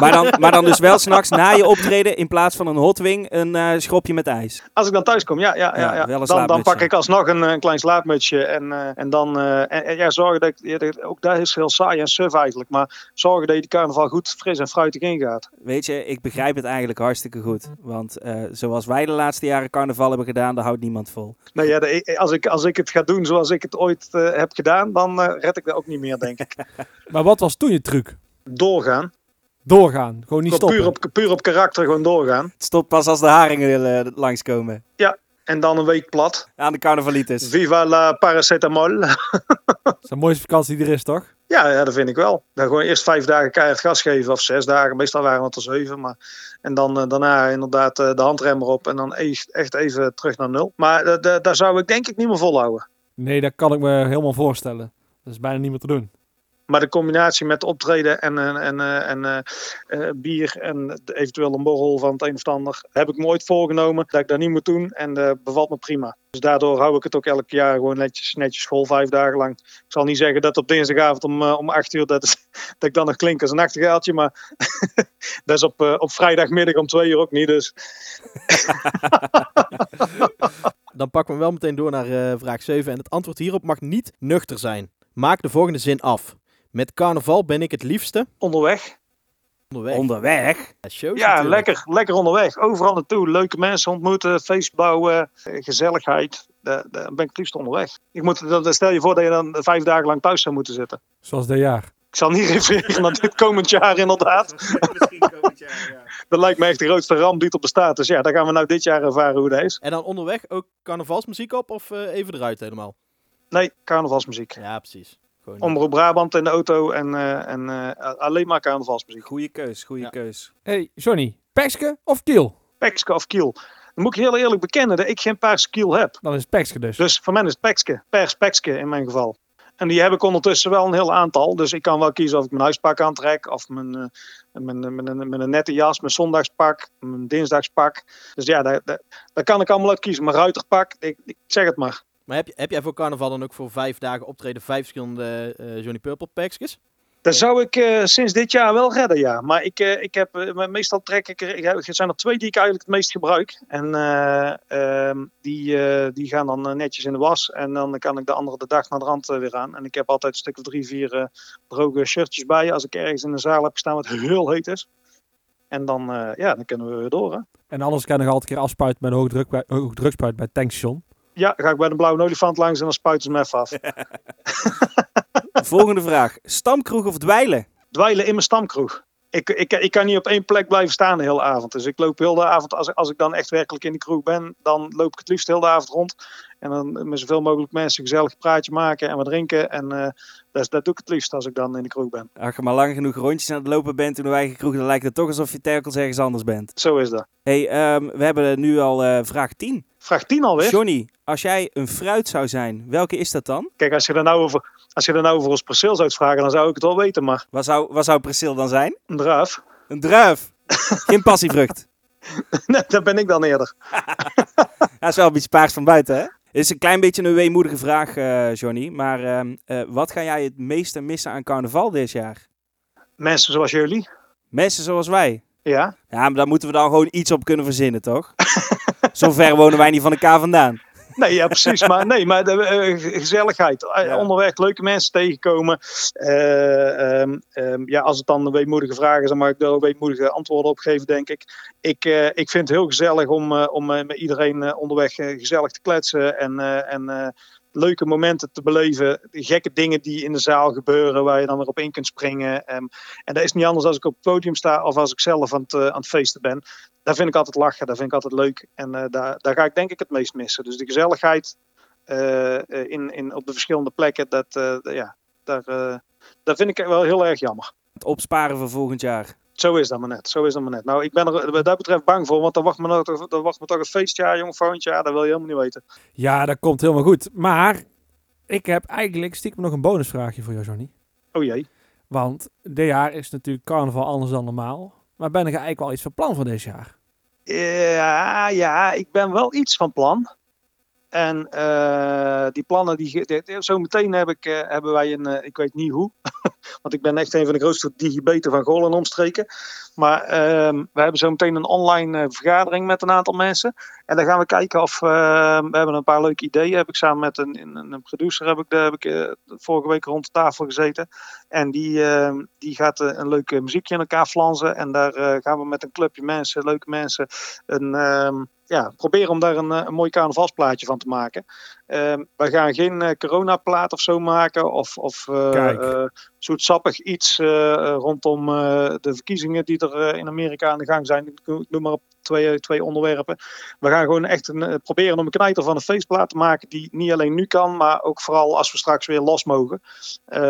Speaker 4: Maar dan, maar dan dus wel s'nachts na je optreden in plaats van een hotwing een eh, schropje met ijs.
Speaker 7: Als ik dan thuis kom, ja, ja,
Speaker 4: Ja,
Speaker 7: ja,
Speaker 4: wel
Speaker 7: ja.
Speaker 4: een
Speaker 7: Dan, dan
Speaker 4: slaapmutsje.
Speaker 7: pak ik alsnog een, eh, een klein slaapmutsje en, eh, en dan eh, en, en ja, zorgen dat ik, ja, dat- ook dat is heel saai en suf eigenlijk, maar zorgen dat je de carnaval goed fris en fruitig ingaat.
Speaker 4: Weet je, ik begrijp het eigenlijk hartstikke goed. Want eh, zoals wij de laatste jaren carnaval hebben gedaan, daar houdt niemand vol.
Speaker 7: Nou ja, de- als ik, als ik het ga doen zoals ik het ooit eh, heb gedaan, dan eh, red ik dat ook niet meer, denk ik.
Speaker 2: Maar wat was toen je truc?
Speaker 7: Doorgaan.
Speaker 2: Doorgaan. Gewoon niet
Speaker 7: Gewoon
Speaker 2: stoppen.
Speaker 7: Puur op, puur op karakter gewoon doorgaan.
Speaker 4: Het stopt pas als de haringen eh, langskomen.
Speaker 7: En dan een week plat.
Speaker 4: Aan de carnavalitis.
Speaker 7: Viva la paracetamol.
Speaker 2: Dat is de mooiste vakantie die er is, toch?
Speaker 7: Ja, ja, dat vind ik wel. Dan gewoon eerst vijf dagen keihard gas geven of zes dagen. Meestal waren het er zeven. Maar... En dan eh, daarna inderdaad eh, de handrem erop. En dan e- echt even terug naar nul. Maar eh, da- daar zou ik denk ik niet meer volhouden.
Speaker 2: Nee, dat kan ik me helemaal voorstellen. Dat is bijna niet meer te doen.
Speaker 7: Maar de combinatie met optreden en, en, en, eh, en eh, eh, bier en eventueel een borrel van het een of het ander. Heb ik me ooit voorgenomen dat ik dat niet moet doen. En eh, bevalt me prima. Dus daardoor hou ik het ook elk jaar gewoon netjes, netjes vol vijf dagen lang. Ik zal niet zeggen dat op dinsdagavond om, eh, om acht uur dat, is, dat ik dan nog klink als een nachtegaaltje. Maar dat is op, eh, op vrijdagmiddag om twee uur ook niet. Dus
Speaker 3: Dan pakken we hem wel meteen door naar eh, vraag 7. En het antwoord hierop mag niet nuchter zijn. Maak de volgende zin af. Met carnaval ben ik het liefste
Speaker 7: onderweg.
Speaker 3: onderweg.
Speaker 4: Onderweg?
Speaker 3: Ja, shows
Speaker 7: Ja,
Speaker 3: natuurlijk.
Speaker 7: lekker, lekker onderweg. Overal naartoe. Leuke mensen ontmoeten, feest bouwen, eh, gezelligheid. Daar daar ben ik het liefst onderweg. Ik moet, dan- stel je voor dat je dan vijf dagen lang thuis zou moeten zitten.
Speaker 2: Zoals dit jaar.
Speaker 7: Ik zal niet refereren naar dit komend jaar inderdaad. Dat lijkt me echt de grootste ramp die het op bestaat. Dus ja, daar gaan we nou dit jaar ervaren hoe dat is.
Speaker 3: En dan onderweg ook carnavalsmuziek op of eh, even eruit helemaal?
Speaker 7: Nee, carnavalsmuziek.
Speaker 3: Ja, precies. Gewoon, eh.
Speaker 7: Omroep Brabant in de auto en, eh, en eh, alleen maar carnavalsmuziek.
Speaker 4: Goeie keus, goede keus.
Speaker 2: hey, Johnny. Pekske of Kiel?
Speaker 7: Pekske of kiel. Dan moet ik heel eerlijk bekennen dat ik geen paarse kiel heb.
Speaker 2: Dan is het Pekske dus.
Speaker 7: Dus voor mij is het pekske, pers pekske in mijn geval. En die heb ik ondertussen wel een heel aantal. Dus ik kan wel kiezen of ik mijn huispak aantrek. Of mijn, eh, mijn, mijn, mijn, eh, mijn nette jas, mijn zondagspak, mijn dinsdagspak. Dus ja, daar, daar, daar kan ik allemaal uit kiezen. Mijn ruiterpak, ik, ik zeg het maar.
Speaker 3: Maar heb, je- heb jij voor carnaval dan ook voor vijf dagen optreden vijf verschillende eh, Johnny Purple pakjes?
Speaker 7: Dat zou ik eh, sinds dit jaar wel redden, ja. Maar ik, eh, ik heb, eh, me- meestal trek ik er, ik heb- er zijn er twee die ik eigenlijk het meest gebruik. En eh, ehm, die, eh, die gaan dan eh, netjes in de was. En dan kan ik de andere de dag naar de rand eh, weer aan. En ik heb altijd een stuk of drie, vier eh, droge shirtjes bij. Als ik ergens in een zaal heb gestaan wat heel heet is. En dan, eh, ja, dan kunnen we weer door, hè.
Speaker 2: En anders kan ik nog altijd een keer afspuiten met een hoogdruk- hoogdrukspuit bij het tankstation.
Speaker 7: Ja, dan ga ik bij de blauwe olifant langs en dan spuiten ze me even af.
Speaker 4: Volgende vraag. Stamkroeg of dweilen?
Speaker 7: dweilen in mijn stamkroeg. Ik, ik, ik kan niet op één plek blijven staan de hele avond. Dus ik loop heel de avond, als, als ik dan echt werkelijk in de kroeg ben, dan loop ik het liefst heel de avond rond. En dan met zoveel mogelijk mensen een gezellig praatje maken en wat drinken. En eh, dat, is- dat doe ik het liefst als ik dan in de kroeg ben.
Speaker 4: Als je maar lang genoeg rondjes aan het lopen bent in de eigen kroeg, dan lijkt het toch alsof je telkens ergens anders bent.
Speaker 7: Zo is dat.
Speaker 4: hey, ehm, we hebben nu al eh, vraag 10.
Speaker 7: Vraag 10 alweer.
Speaker 4: Johnny, als jij een fruit zou zijn, welke is dat dan?
Speaker 7: Kijk, als je er nou over, als je er nou over ons perceel zou vragen, dan zou ik het wel weten. Maar
Speaker 4: Wat zou, wat zou Priscil dan zijn?
Speaker 7: een druif,
Speaker 4: Een druif. Geen passievrucht.
Speaker 7: Nee, dat ben ik dan eerder.
Speaker 4: Dat is wel een beetje paars van buiten, hè? Het is een klein beetje een weemoedige vraag, eh, Johnny. Maar ehm, eh, wat ga jij het meeste missen aan carnaval dit jaar?
Speaker 7: Mensen zoals jullie.
Speaker 4: Mensen zoals wij.
Speaker 7: Ja.
Speaker 4: Ja, maar daar moeten we dan gewoon iets op kunnen verzinnen, toch? Zo ver wonen wij niet van elkaar vandaan.
Speaker 7: Nee, ja, precies. Maar, nee, maar de, eh, gezelligheid. Eh,
Speaker 4: Ja.
Speaker 7: Onderweg leuke mensen tegenkomen. Eh, ehm, ehm, ja, als het dan een weemoedige vraag is, dan mag ik daar ook weemoedige antwoorden op geven, denk ik. Ik, eh, ik vind het heel gezellig om, eh, om eh, met iedereen eh, onderweg eh, gezellig te kletsen en, eh, en eh, leuke momenten te beleven. De gekke dingen die in de zaal gebeuren, waar je dan weer op in kunt springen. Ehm, en dat is niet anders als ik op het podium sta of als ik zelf aan het, eh, aan het feesten ben. Daar vind ik altijd lachen, daar vind ik altijd leuk. En eh, daar, daar ga ik denk ik het meest missen. Dus de gezelligheid eh, eh, in, in, op de verschillende plekken, dat, eh, ja, daar, eh, dat vind ik wel heel erg jammer.
Speaker 4: Het opsparen voor volgend jaar.
Speaker 7: Zo is dat maar net. Zo is dat maar net. Nou, ik ben er wat dat betreft bang voor, want dan wacht me, nou toch- dan wacht me toch het feestjaar, jong vrouwtje. Dat wil je helemaal niet weten.
Speaker 2: Ja, dat komt helemaal goed. Maar ik heb eigenlijk stiekem nog een bonusvraagje voor jou, Johnny.
Speaker 7: Oh jee.
Speaker 2: Want dit jaar is natuurlijk carnaval anders dan normaal. Maar ben ik eigenlijk wel iets van plan voor dit jaar?
Speaker 7: Ja, ja, ik ben wel iets van plan. En eh, die plannen, die, ge- die, die- zo meteen heb ik, eh, hebben wij een, eh, ik weet niet hoe, want ik ben echt een van de grootste digibeten van Goorl en omstreken. Maar ehm, we hebben zo meteen een online eh, vergadering met een aantal mensen. En dan gaan we kijken of, ehm, we hebben een paar leuke ideeën. Heb ik samen met een, een, een producer, heb ik, daar heb ik eh, vorige week rond de tafel gezeten. En die, ehm, die gaat eh, een leuk eh, muziekje in elkaar flansen. En daar eh, gaan we met een clubje mensen, leuke mensen, een, ehm, ja, proberen om daar een, eh, een mooi carnavalsplaatje van te maken. Ehm we gaan geen eh coronaplaat of zo maken. Of, of eh,
Speaker 2: Kijk.
Speaker 7: eh, zoetsappig iets eh, eh, rondom eh, de verkiezingen die er eh, in Amerika aan de gang zijn. Ik noem- ik noem maar op twee, eh, twee onderwerpen. We gaan gewoon echt een, eh, proberen om een knijter van een feestplaat te maken. Die niet alleen nu kan, maar ook vooral als we straks weer los mogen. Ehm,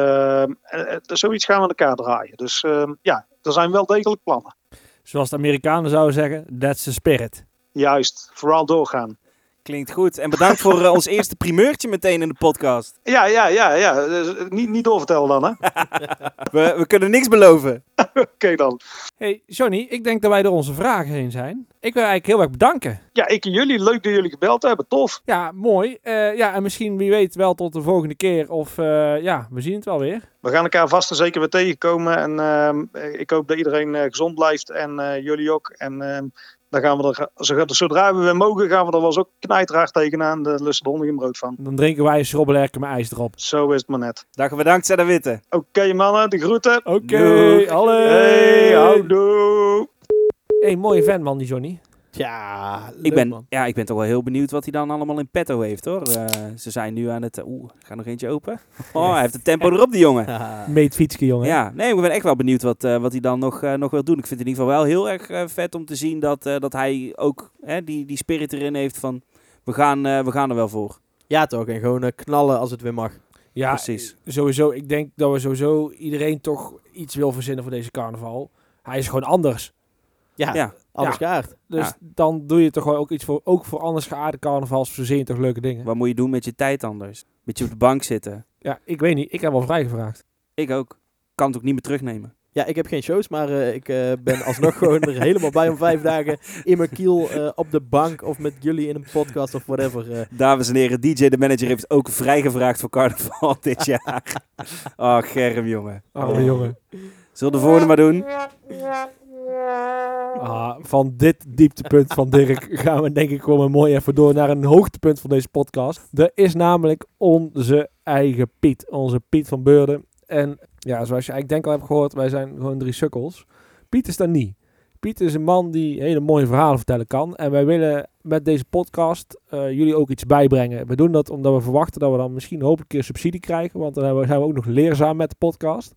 Speaker 7: eh, eh, zoiets gaan we aan elkaar draaien. Dus ehm, ja, er zijn wel degelijk plannen.
Speaker 2: Zoals de Amerikanen zouden zeggen, that's the spirit.
Speaker 7: Juist, vooral doorgaan.
Speaker 4: Klinkt goed. En bedankt voor eh, ons eerste primeurtje meteen in de podcast.
Speaker 7: Ja, ja, ja, ja. Dus, eh, niet, niet doorvertellen dan, hè? Oké
Speaker 4: We, we kunnen niks beloven.
Speaker 7: dan.
Speaker 2: Hey Johnny, ik denk dat wij door onze vragen heen zijn. Ik wil eigenlijk heel erg bedanken.
Speaker 7: Ja, ik en jullie. Leuk dat jullie gebeld hebben. Tof.
Speaker 2: Ja, mooi. Eh, ja, en misschien wie weet wel tot de volgende keer. Of eh, ja, we zien het wel weer.
Speaker 7: We gaan elkaar vast en zeker weer tegenkomen. En ehm, eh, ik hoop dat iedereen eh, gezond blijft. En eh, jullie ook. En ehm, dan gaan we er, zo- zodra we weer mogen, gaan we er wel eens ook knijtraag tegenaan. De lust de honden geen brood van.
Speaker 2: Dan drinken wij een schrobbelerken met ijs erop.
Speaker 7: Zo is het maar net.
Speaker 4: Dag bedankt, Zedda Witte.
Speaker 7: Oké, mannen. De groeten.
Speaker 2: Oké,
Speaker 4: Doeg.
Speaker 2: alle.
Speaker 7: Hey, houdoe.
Speaker 2: Hey, mooie fan man die Johnny.
Speaker 3: Ja,
Speaker 4: Ik ben, ja, ik ben toch wel heel benieuwd wat hij dan allemaal in petto heeft hoor. Eh, ze zijn nu aan het... eh, Oeh, gaat nog eentje open? Oh, hij heeft het tempo erop, die jongen.
Speaker 2: Meet fietske jongen.
Speaker 4: Ja, nee, ik ben echt wel benieuwd wat, eh, wat hij dan nog, eh, nog wil doen. Ik vind het in ieder geval wel heel erg eh, vet om te zien dat, eh, dat hij ook hè, die, die spirit erin heeft van... We gaan, eh, we gaan er wel voor.
Speaker 3: Ja, toch. En gewoon eh, knallen als het weer mag.
Speaker 2: ja
Speaker 4: Precies.
Speaker 2: Sowieso, ik denk dat we sowieso iedereen toch iets wil verzinnen voor deze carnaval. Hij is gewoon anders.
Speaker 3: Ja,
Speaker 4: Ja.
Speaker 3: alles kaart.
Speaker 2: Dus
Speaker 4: Ja.
Speaker 2: dan doe je toch gewoon ook iets voor, ook voor anders geaarde carnavals verzin je toch leuke dingen.
Speaker 4: Wat moet je doen met je tijd anders? Beetje op de bank zitten.
Speaker 2: Ja, ik weet niet. Ik heb al vrijgevraagd.
Speaker 4: Ik ook. Kan het ook niet meer terugnemen.
Speaker 3: Ja, ik heb geen shows, maar eh, ik eh, ben alsnog gewoon er helemaal bij om vijf dagen in mijn kiel eh, op de bank of met jullie in een podcast of whatever. eh.
Speaker 4: Dames en heren, DJ de manager heeft ook vrijgevraagd voor carnaval dit jaar. Oh, Germ, Oh, jongen.
Speaker 2: Arme jongen.
Speaker 4: Zullen we de volgende maar doen?
Speaker 2: Ah, van dit dieptepunt van Dirk gaan we denk ik gewoon maar mooi even door naar een hoogtepunt van deze podcast. Er is namelijk onze eigen Piet. Onze Piet van Beurden. En ja, zoals je eigenlijk denk al hebt gehoord, wij zijn gewoon drie sukkels. Piet is daar niet. Piet is een man die hele mooie verhalen vertellen kan. En wij willen met deze podcast eh, jullie ook iets bijbrengen. We doen dat omdat we verwachten dat we dan misschien hopelijk een keer subsidie krijgen. Want dan hebben we- zijn we ook nog leerzaam met de podcast.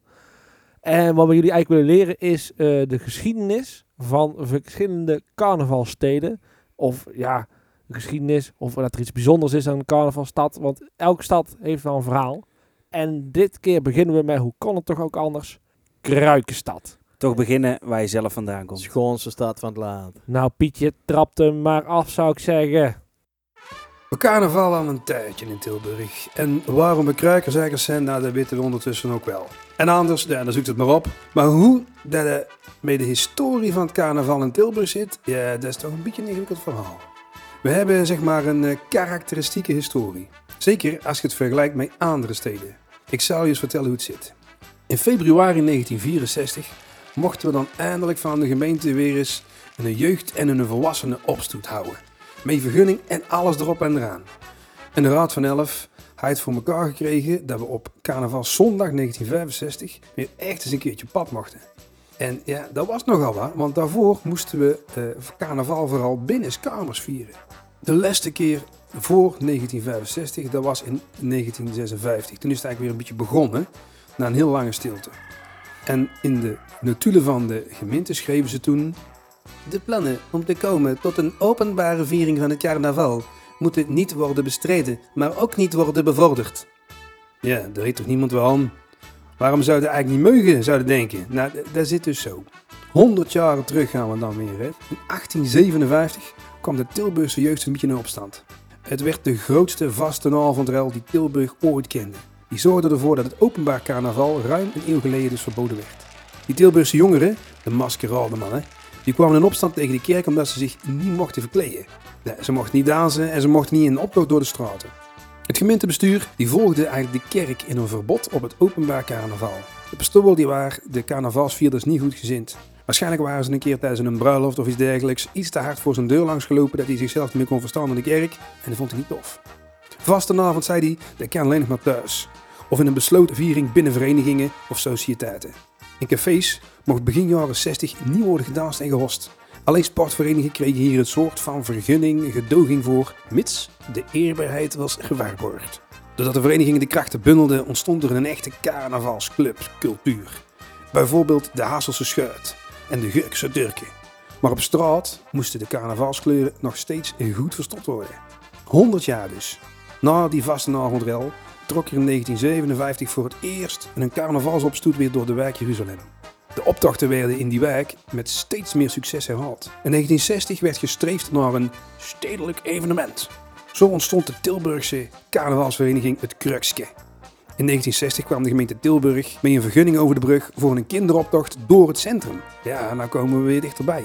Speaker 2: En wat we jullie eigenlijk willen leren is eh, de geschiedenis van verschillende carnavalsteden. Of ja, de geschiedenis of dat er iets bijzonders is aan een carnavalstad. Want elke stad heeft wel een verhaal. En dit keer beginnen we met, hoe kon het toch ook anders? Kruikenstad.
Speaker 4: Toch beginnen waar je zelf vandaan komt.
Speaker 3: Schoonste stad van het land.
Speaker 2: Nou Pietje, trap hem maar af zou ik zeggen.
Speaker 8: We carnaval al een tijdje in Tilburg. En waarom we kruikerseiers zijn, nou, dat weten we ondertussen ook wel. En anders, ja, dan zoekt het maar op. Maar hoe dat eh, met de historie van het carnaval in Tilburg zit, ja, dat is toch een beetje een ingewikkeld verhaal. We hebben zeg maar een eh, karakteristieke historie. Zeker als je het vergelijkt met andere steden. Ik zal je eens vertellen hoe het zit. In februari 1964 mochten we dan eindelijk van de gemeente weer eens een jeugd- en een volwassenen opstoet houden. Met vergunning en alles erop en eraan. En de Raad van Elf hij heeft voor elkaar gekregen dat we op carnaval zondag 1965 weer echt eens een keertje op pad mochten. En ja, dat was nogal wat, want daarvoor moesten we eh, carnaval vooral binnenkamers vieren. De laatste keer voor 1965, dat was in 1956. Toen is het eigenlijk weer een beetje begonnen, na een heel lange stilte. En in de notulen van de gemeente schreven ze toen de plannen om te komen tot een openbare viering van het carnaval moeten niet worden bestreden, maar ook niet worden bevorderd. Ja, daar heet toch niemand wel aan? Waarom zouden eigenlijk niet meugen, zouden denken? Nou, d- daar zit dus zo. 100 jaren terug gaan we dan weer. Hè. In 1857 kwam de Tilburgse jeugd een beetje in opstand. Het werd de grootste vastenavondruil die Tilburg ooit kende. Die zorgde ervoor dat het openbaar carnaval ruim een eeuw geleden dus verboden werd. Die Tilburgse jongeren, de maskerademannen, die kwamen in opstand tegen de kerk omdat ze zich niet mochten verkleden. Nee, ze mochten niet dansen en ze mochten niet in optocht door de straten. Het gemeentebestuur die volgde eigenlijk de kerk in een verbod op het openbaar carnaval. De pastoor die waren de carnavalsvierders niet goed gezind. Waarschijnlijk waren ze een keer tijdens een bruiloft of iets dergelijks iets te hard voor zijn deur langs gelopen dat hij zichzelf niet meer kon verstaan in de kerk en dat vond hij niet tof. Vastenavond zei hij, dat kan alleen nog maar thuis. Of in een besloten viering binnen verenigingen of sociëteiten. In cafés mocht begin jaren 60 niet worden gedanst en gehost. Alleen sportverenigingen kregen hier een soort van vergunning, gedoging voor, mits de eerbaarheid was gewaarborgd. Doordat de verenigingen de krachten bundelden, ontstond er een echte carnavalsclubcultuur. Bijvoorbeeld de Hasselse Schuit en de Gurkse Durken. Maar op straat moesten de carnavalskleuren nog steeds goed verstopt worden. 100 jaar dus. Na die vastenavondrel trok er in 1957 voor het eerst een carnavalsopstoet weer door de wijk Jeruzalem. De optochten werden in die wijk met steeds meer succes herhaald. In 1960 werd gestreefd naar een stedelijk evenement. Zo ontstond de Tilburgse carnavalsvereniging Het Krukske. In 1960 kwam de gemeente Tilburg met een vergunning over de brug voor een kinderoptocht door het centrum. Ja, nou komen we weer dichterbij.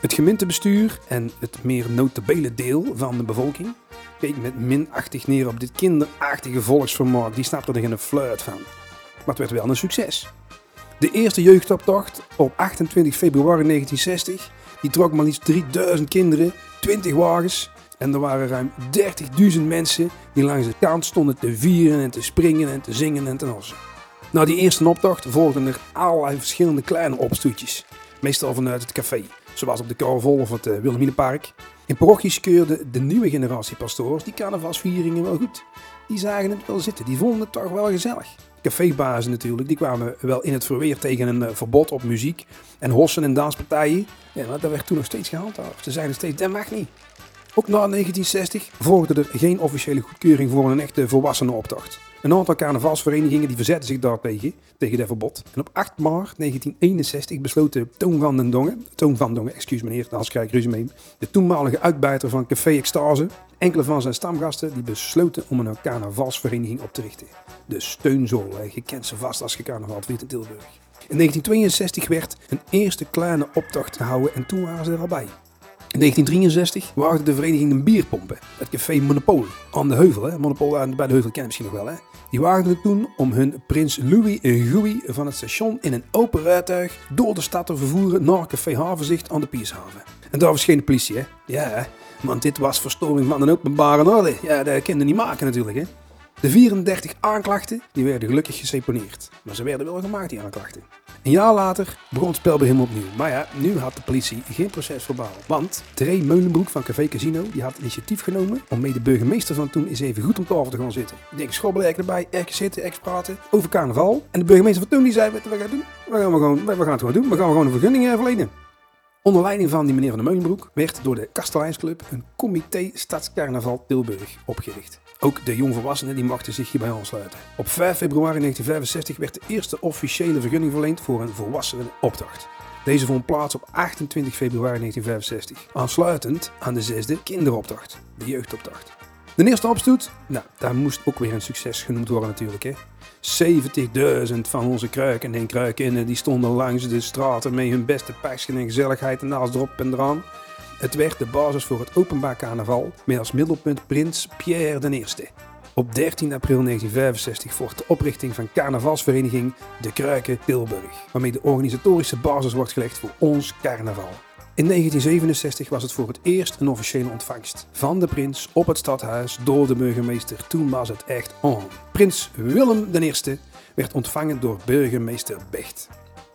Speaker 8: Het gemeentebestuur en het meer notabele deel van de bevolking keek met minachtig neer op dit kinderachtige volksvermaak. Die snapte er geen fluit van. Maar het werd wel een succes. De eerste jeugdoptocht op 28 februari 1960, die trok maar liefst 3000 kinderen, 20 wagens en er waren ruim 30.000 mensen die langs de kant stonden te vieren en te springen en te zingen en te dansen. Na die eerste optocht volgden er allerlei verschillende kleine opstoetjes, meestal vanuit het café, zoals op de Carnaval of het eh, Wilhelminapark. In parochies keurde de nieuwe generatie pastoors die carnavalsvieringen wel goed. Die zagen het wel zitten, die vonden het toch wel gezellig. Cafébazen natuurlijk, die kwamen wel in het verweer tegen een eh, verbod op muziek en hossen en danspartijen. Ja, maar dat werd toen nog steeds gehandhaafd. Ze zeiden steeds, dat mag niet. Ook na 1960 volgde er geen officiële goedkeuring voor een echte volwassenenoptocht. Een aantal carnavalsverenigingen die verzetten zich daartegen, tegen dat verbod. En op 8 maart 1961 besloten Toon van den Dongen, Toon van Dongen, excuus meneer, als krijg ik ruzie mee, de toenmalige uitbuiter van Café Extase, enkele van zijn stamgasten, die besloten om een carnavalsvereniging op te richten. De Steunzool, hè. je kent ze vast als je carnaval viert in Tilburg. In 1962 werd een eerste kleine optocht gehouden en toen waren ze er al bij. In 1963 waagde de vereniging een bierpompen. Het café Monopole aan de Heuvel. Hè? Monopole aan, bij de Heuvel ken je misschien nog wel. Hè? Die waagden het toen om hun prins Louis Gouy van het station in een open rijtuig door de stad te vervoeren naar café Havenzicht aan de Piershaven. En daar verscheen de politie. Hè? Ja, hè? want dit was verstoring van een openbare orde. Ja, dat kun je niet maken natuurlijk. Hè? De 34 aanklachten die werden gelukkig geseponeerd. Maar ze werden wel gemaakt, die aanklachten. Een jaar later begon het spel weer helemaal opnieuw. Maar ja, nu had de politie geen proces verbaal. Want Trey Meulenbroek van Café Casino die had initiatief genomen om mee de burgemeester van toen eens even goed om tafel te gaan zitten. Ik denk, schobbelrijk erbij, ergens zitten, ergens praten over carnaval. En de burgemeester van toen die zei, weet je wat we gaan doen? We gaan, we gewoon, we gaan het gewoon doen. We gaan gewoon een vergunning eh, verlenen. Onder leiding van die meneer van de Meulenbroek werd door de Kasteleinsclub een comité Stadscarnaval Tilburg opgericht. Ook de jongvolwassenen die mochten zich hierbij aansluiten. Op 5 februari 1965 werd de eerste officiële vergunning verleend voor een volwassenenopdracht. Deze vond plaats op 28 februari 1965, aansluitend aan de zesde kinderopdracht, de jeugdopdracht. De eerste opstoet, nou, daar moest ook weer een succes genoemd worden natuurlijk. Hè. 70.000 van onze kruiken en kruikinnen die stonden langs de straten met hun beste passie en gezelligheid en alles erop en eraan. Het werd de basis voor het openbaar carnaval met als middelpunt prins Pierre I. Op 13 april 1965 volgt de oprichting van carnavalsvereniging De Kruiken Tilburg, waarmee de organisatorische basis wordt gelegd voor ons carnaval. In 1967 was het voor het eerst een officiële ontvangst van de prins op het stadhuis door de burgemeester. Toen was het echt on. Prins Willem I werd ontvangen door burgemeester Becht.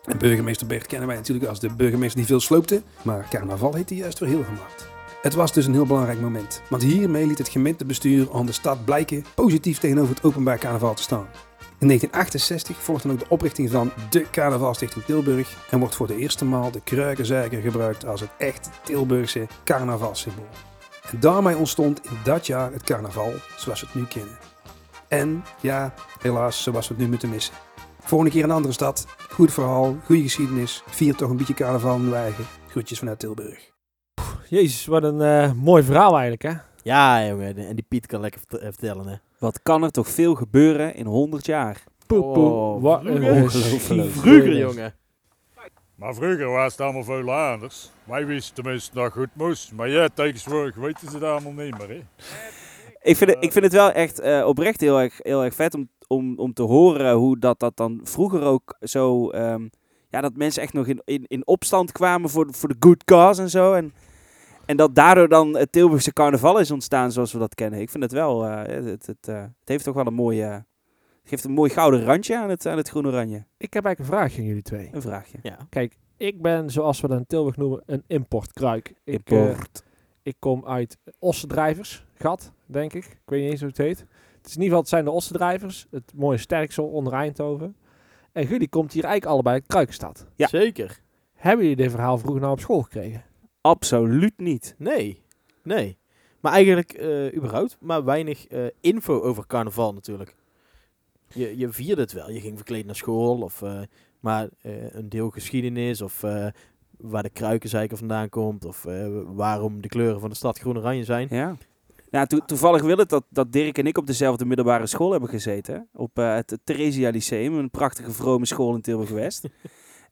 Speaker 8: En burgemeester Becht kennen wij natuurlijk als de burgemeester die veel sloopte, maar carnaval heeft hij juist weer heel gemaakt. Het was dus een heel belangrijk moment, want hiermee liet het gemeentebestuur aan de stad blijken positief tegenover het openbaar carnaval te staan. In 1968 volgt dan ook de oprichting van de Carnavalstichting Tilburg en wordt voor de eerste maal de kruikenzeiker gebruikt als het echt Tilburgse carnavalssymbool. En daarmee ontstond in dat jaar het carnaval zoals we het nu kennen. En ja, helaas zoals we het nu moeten missen. Volgende keer een andere stad. Goed verhaal, goede geschiedenis. Vier toch een beetje carnaval in uw eigen. Groetjes vanuit Tilburg.
Speaker 2: Jezus, wat een eh, mooi verhaal eigenlijk, hè?
Speaker 3: Ja, jongen. En die Piet kan lekker vert- eh, vertellen, hè.
Speaker 4: Wat kan er toch veel gebeuren in 100 jaar?
Speaker 2: Poep, poep.
Speaker 3: Oh,
Speaker 2: wat een
Speaker 3: vroeger.
Speaker 2: geschiedenis.
Speaker 3: Vroeger, jongen.
Speaker 9: Maar vroeger was het allemaal veel anders. Wij wisten tenminste nog goed moest. Maar ja, tegenwoordig weten ze het allemaal niet meer. Hè?
Speaker 4: Ik vind het, ik vind het wel echt eh, oprecht heel erg, heel erg vet om, om, om te horen hoe dat, dat dan vroeger ook zo... ehm, ja, dat mensen echt nog in, in, in opstand kwamen voor, de- voor de good cause en zo. En, en dat daardoor dan het Tilburgse carnaval is ontstaan zoals we dat kennen. Ik vind het wel... eh, het, het, eh, het heeft toch wel een mooie... het geeft een mooi gouden randje aan het, aan het groene ranje.
Speaker 2: Ik heb eigenlijk een vraagje aan jullie twee.
Speaker 4: Een vraagje.
Speaker 2: Kijk, ik ben, zoals we dat in Tilburg noemen, een importkruik. Ik, eh,
Speaker 4: Import.
Speaker 2: ik kom uit Ossendrijvers, Gat, denk ik. Ik weet niet eens hoe het heet. Het is in ieder geval, het zijn de Ossendrijvers. Het mooie Sterksel onder Eindhoven. En jullie komt hier eigenlijk allebei uit Kruikstad.
Speaker 4: Ja.
Speaker 3: Zeker.
Speaker 2: Hebben jullie dit verhaal vroeger nou op school gekregen?
Speaker 4: Absoluut niet.
Speaker 3: Nee. Nee. Maar eigenlijk, eh, überhaupt, maar weinig eh, info over carnaval natuurlijk. Je, je vierde het wel. Je ging verkleed naar school. Of, eh, maar eh, een deel geschiedenis. Of eh, waar de kruikenzeiker vandaan komt. Of eh, waarom de kleuren van de stad groen-oranje zijn.
Speaker 4: Ja. Nou, to- toevallig wil het dat, dat Dirk en ik op dezelfde middelbare school hebben gezeten. hè. Op eh, het Theresia Lyceum, een prachtige vrome school in Tilburg-West.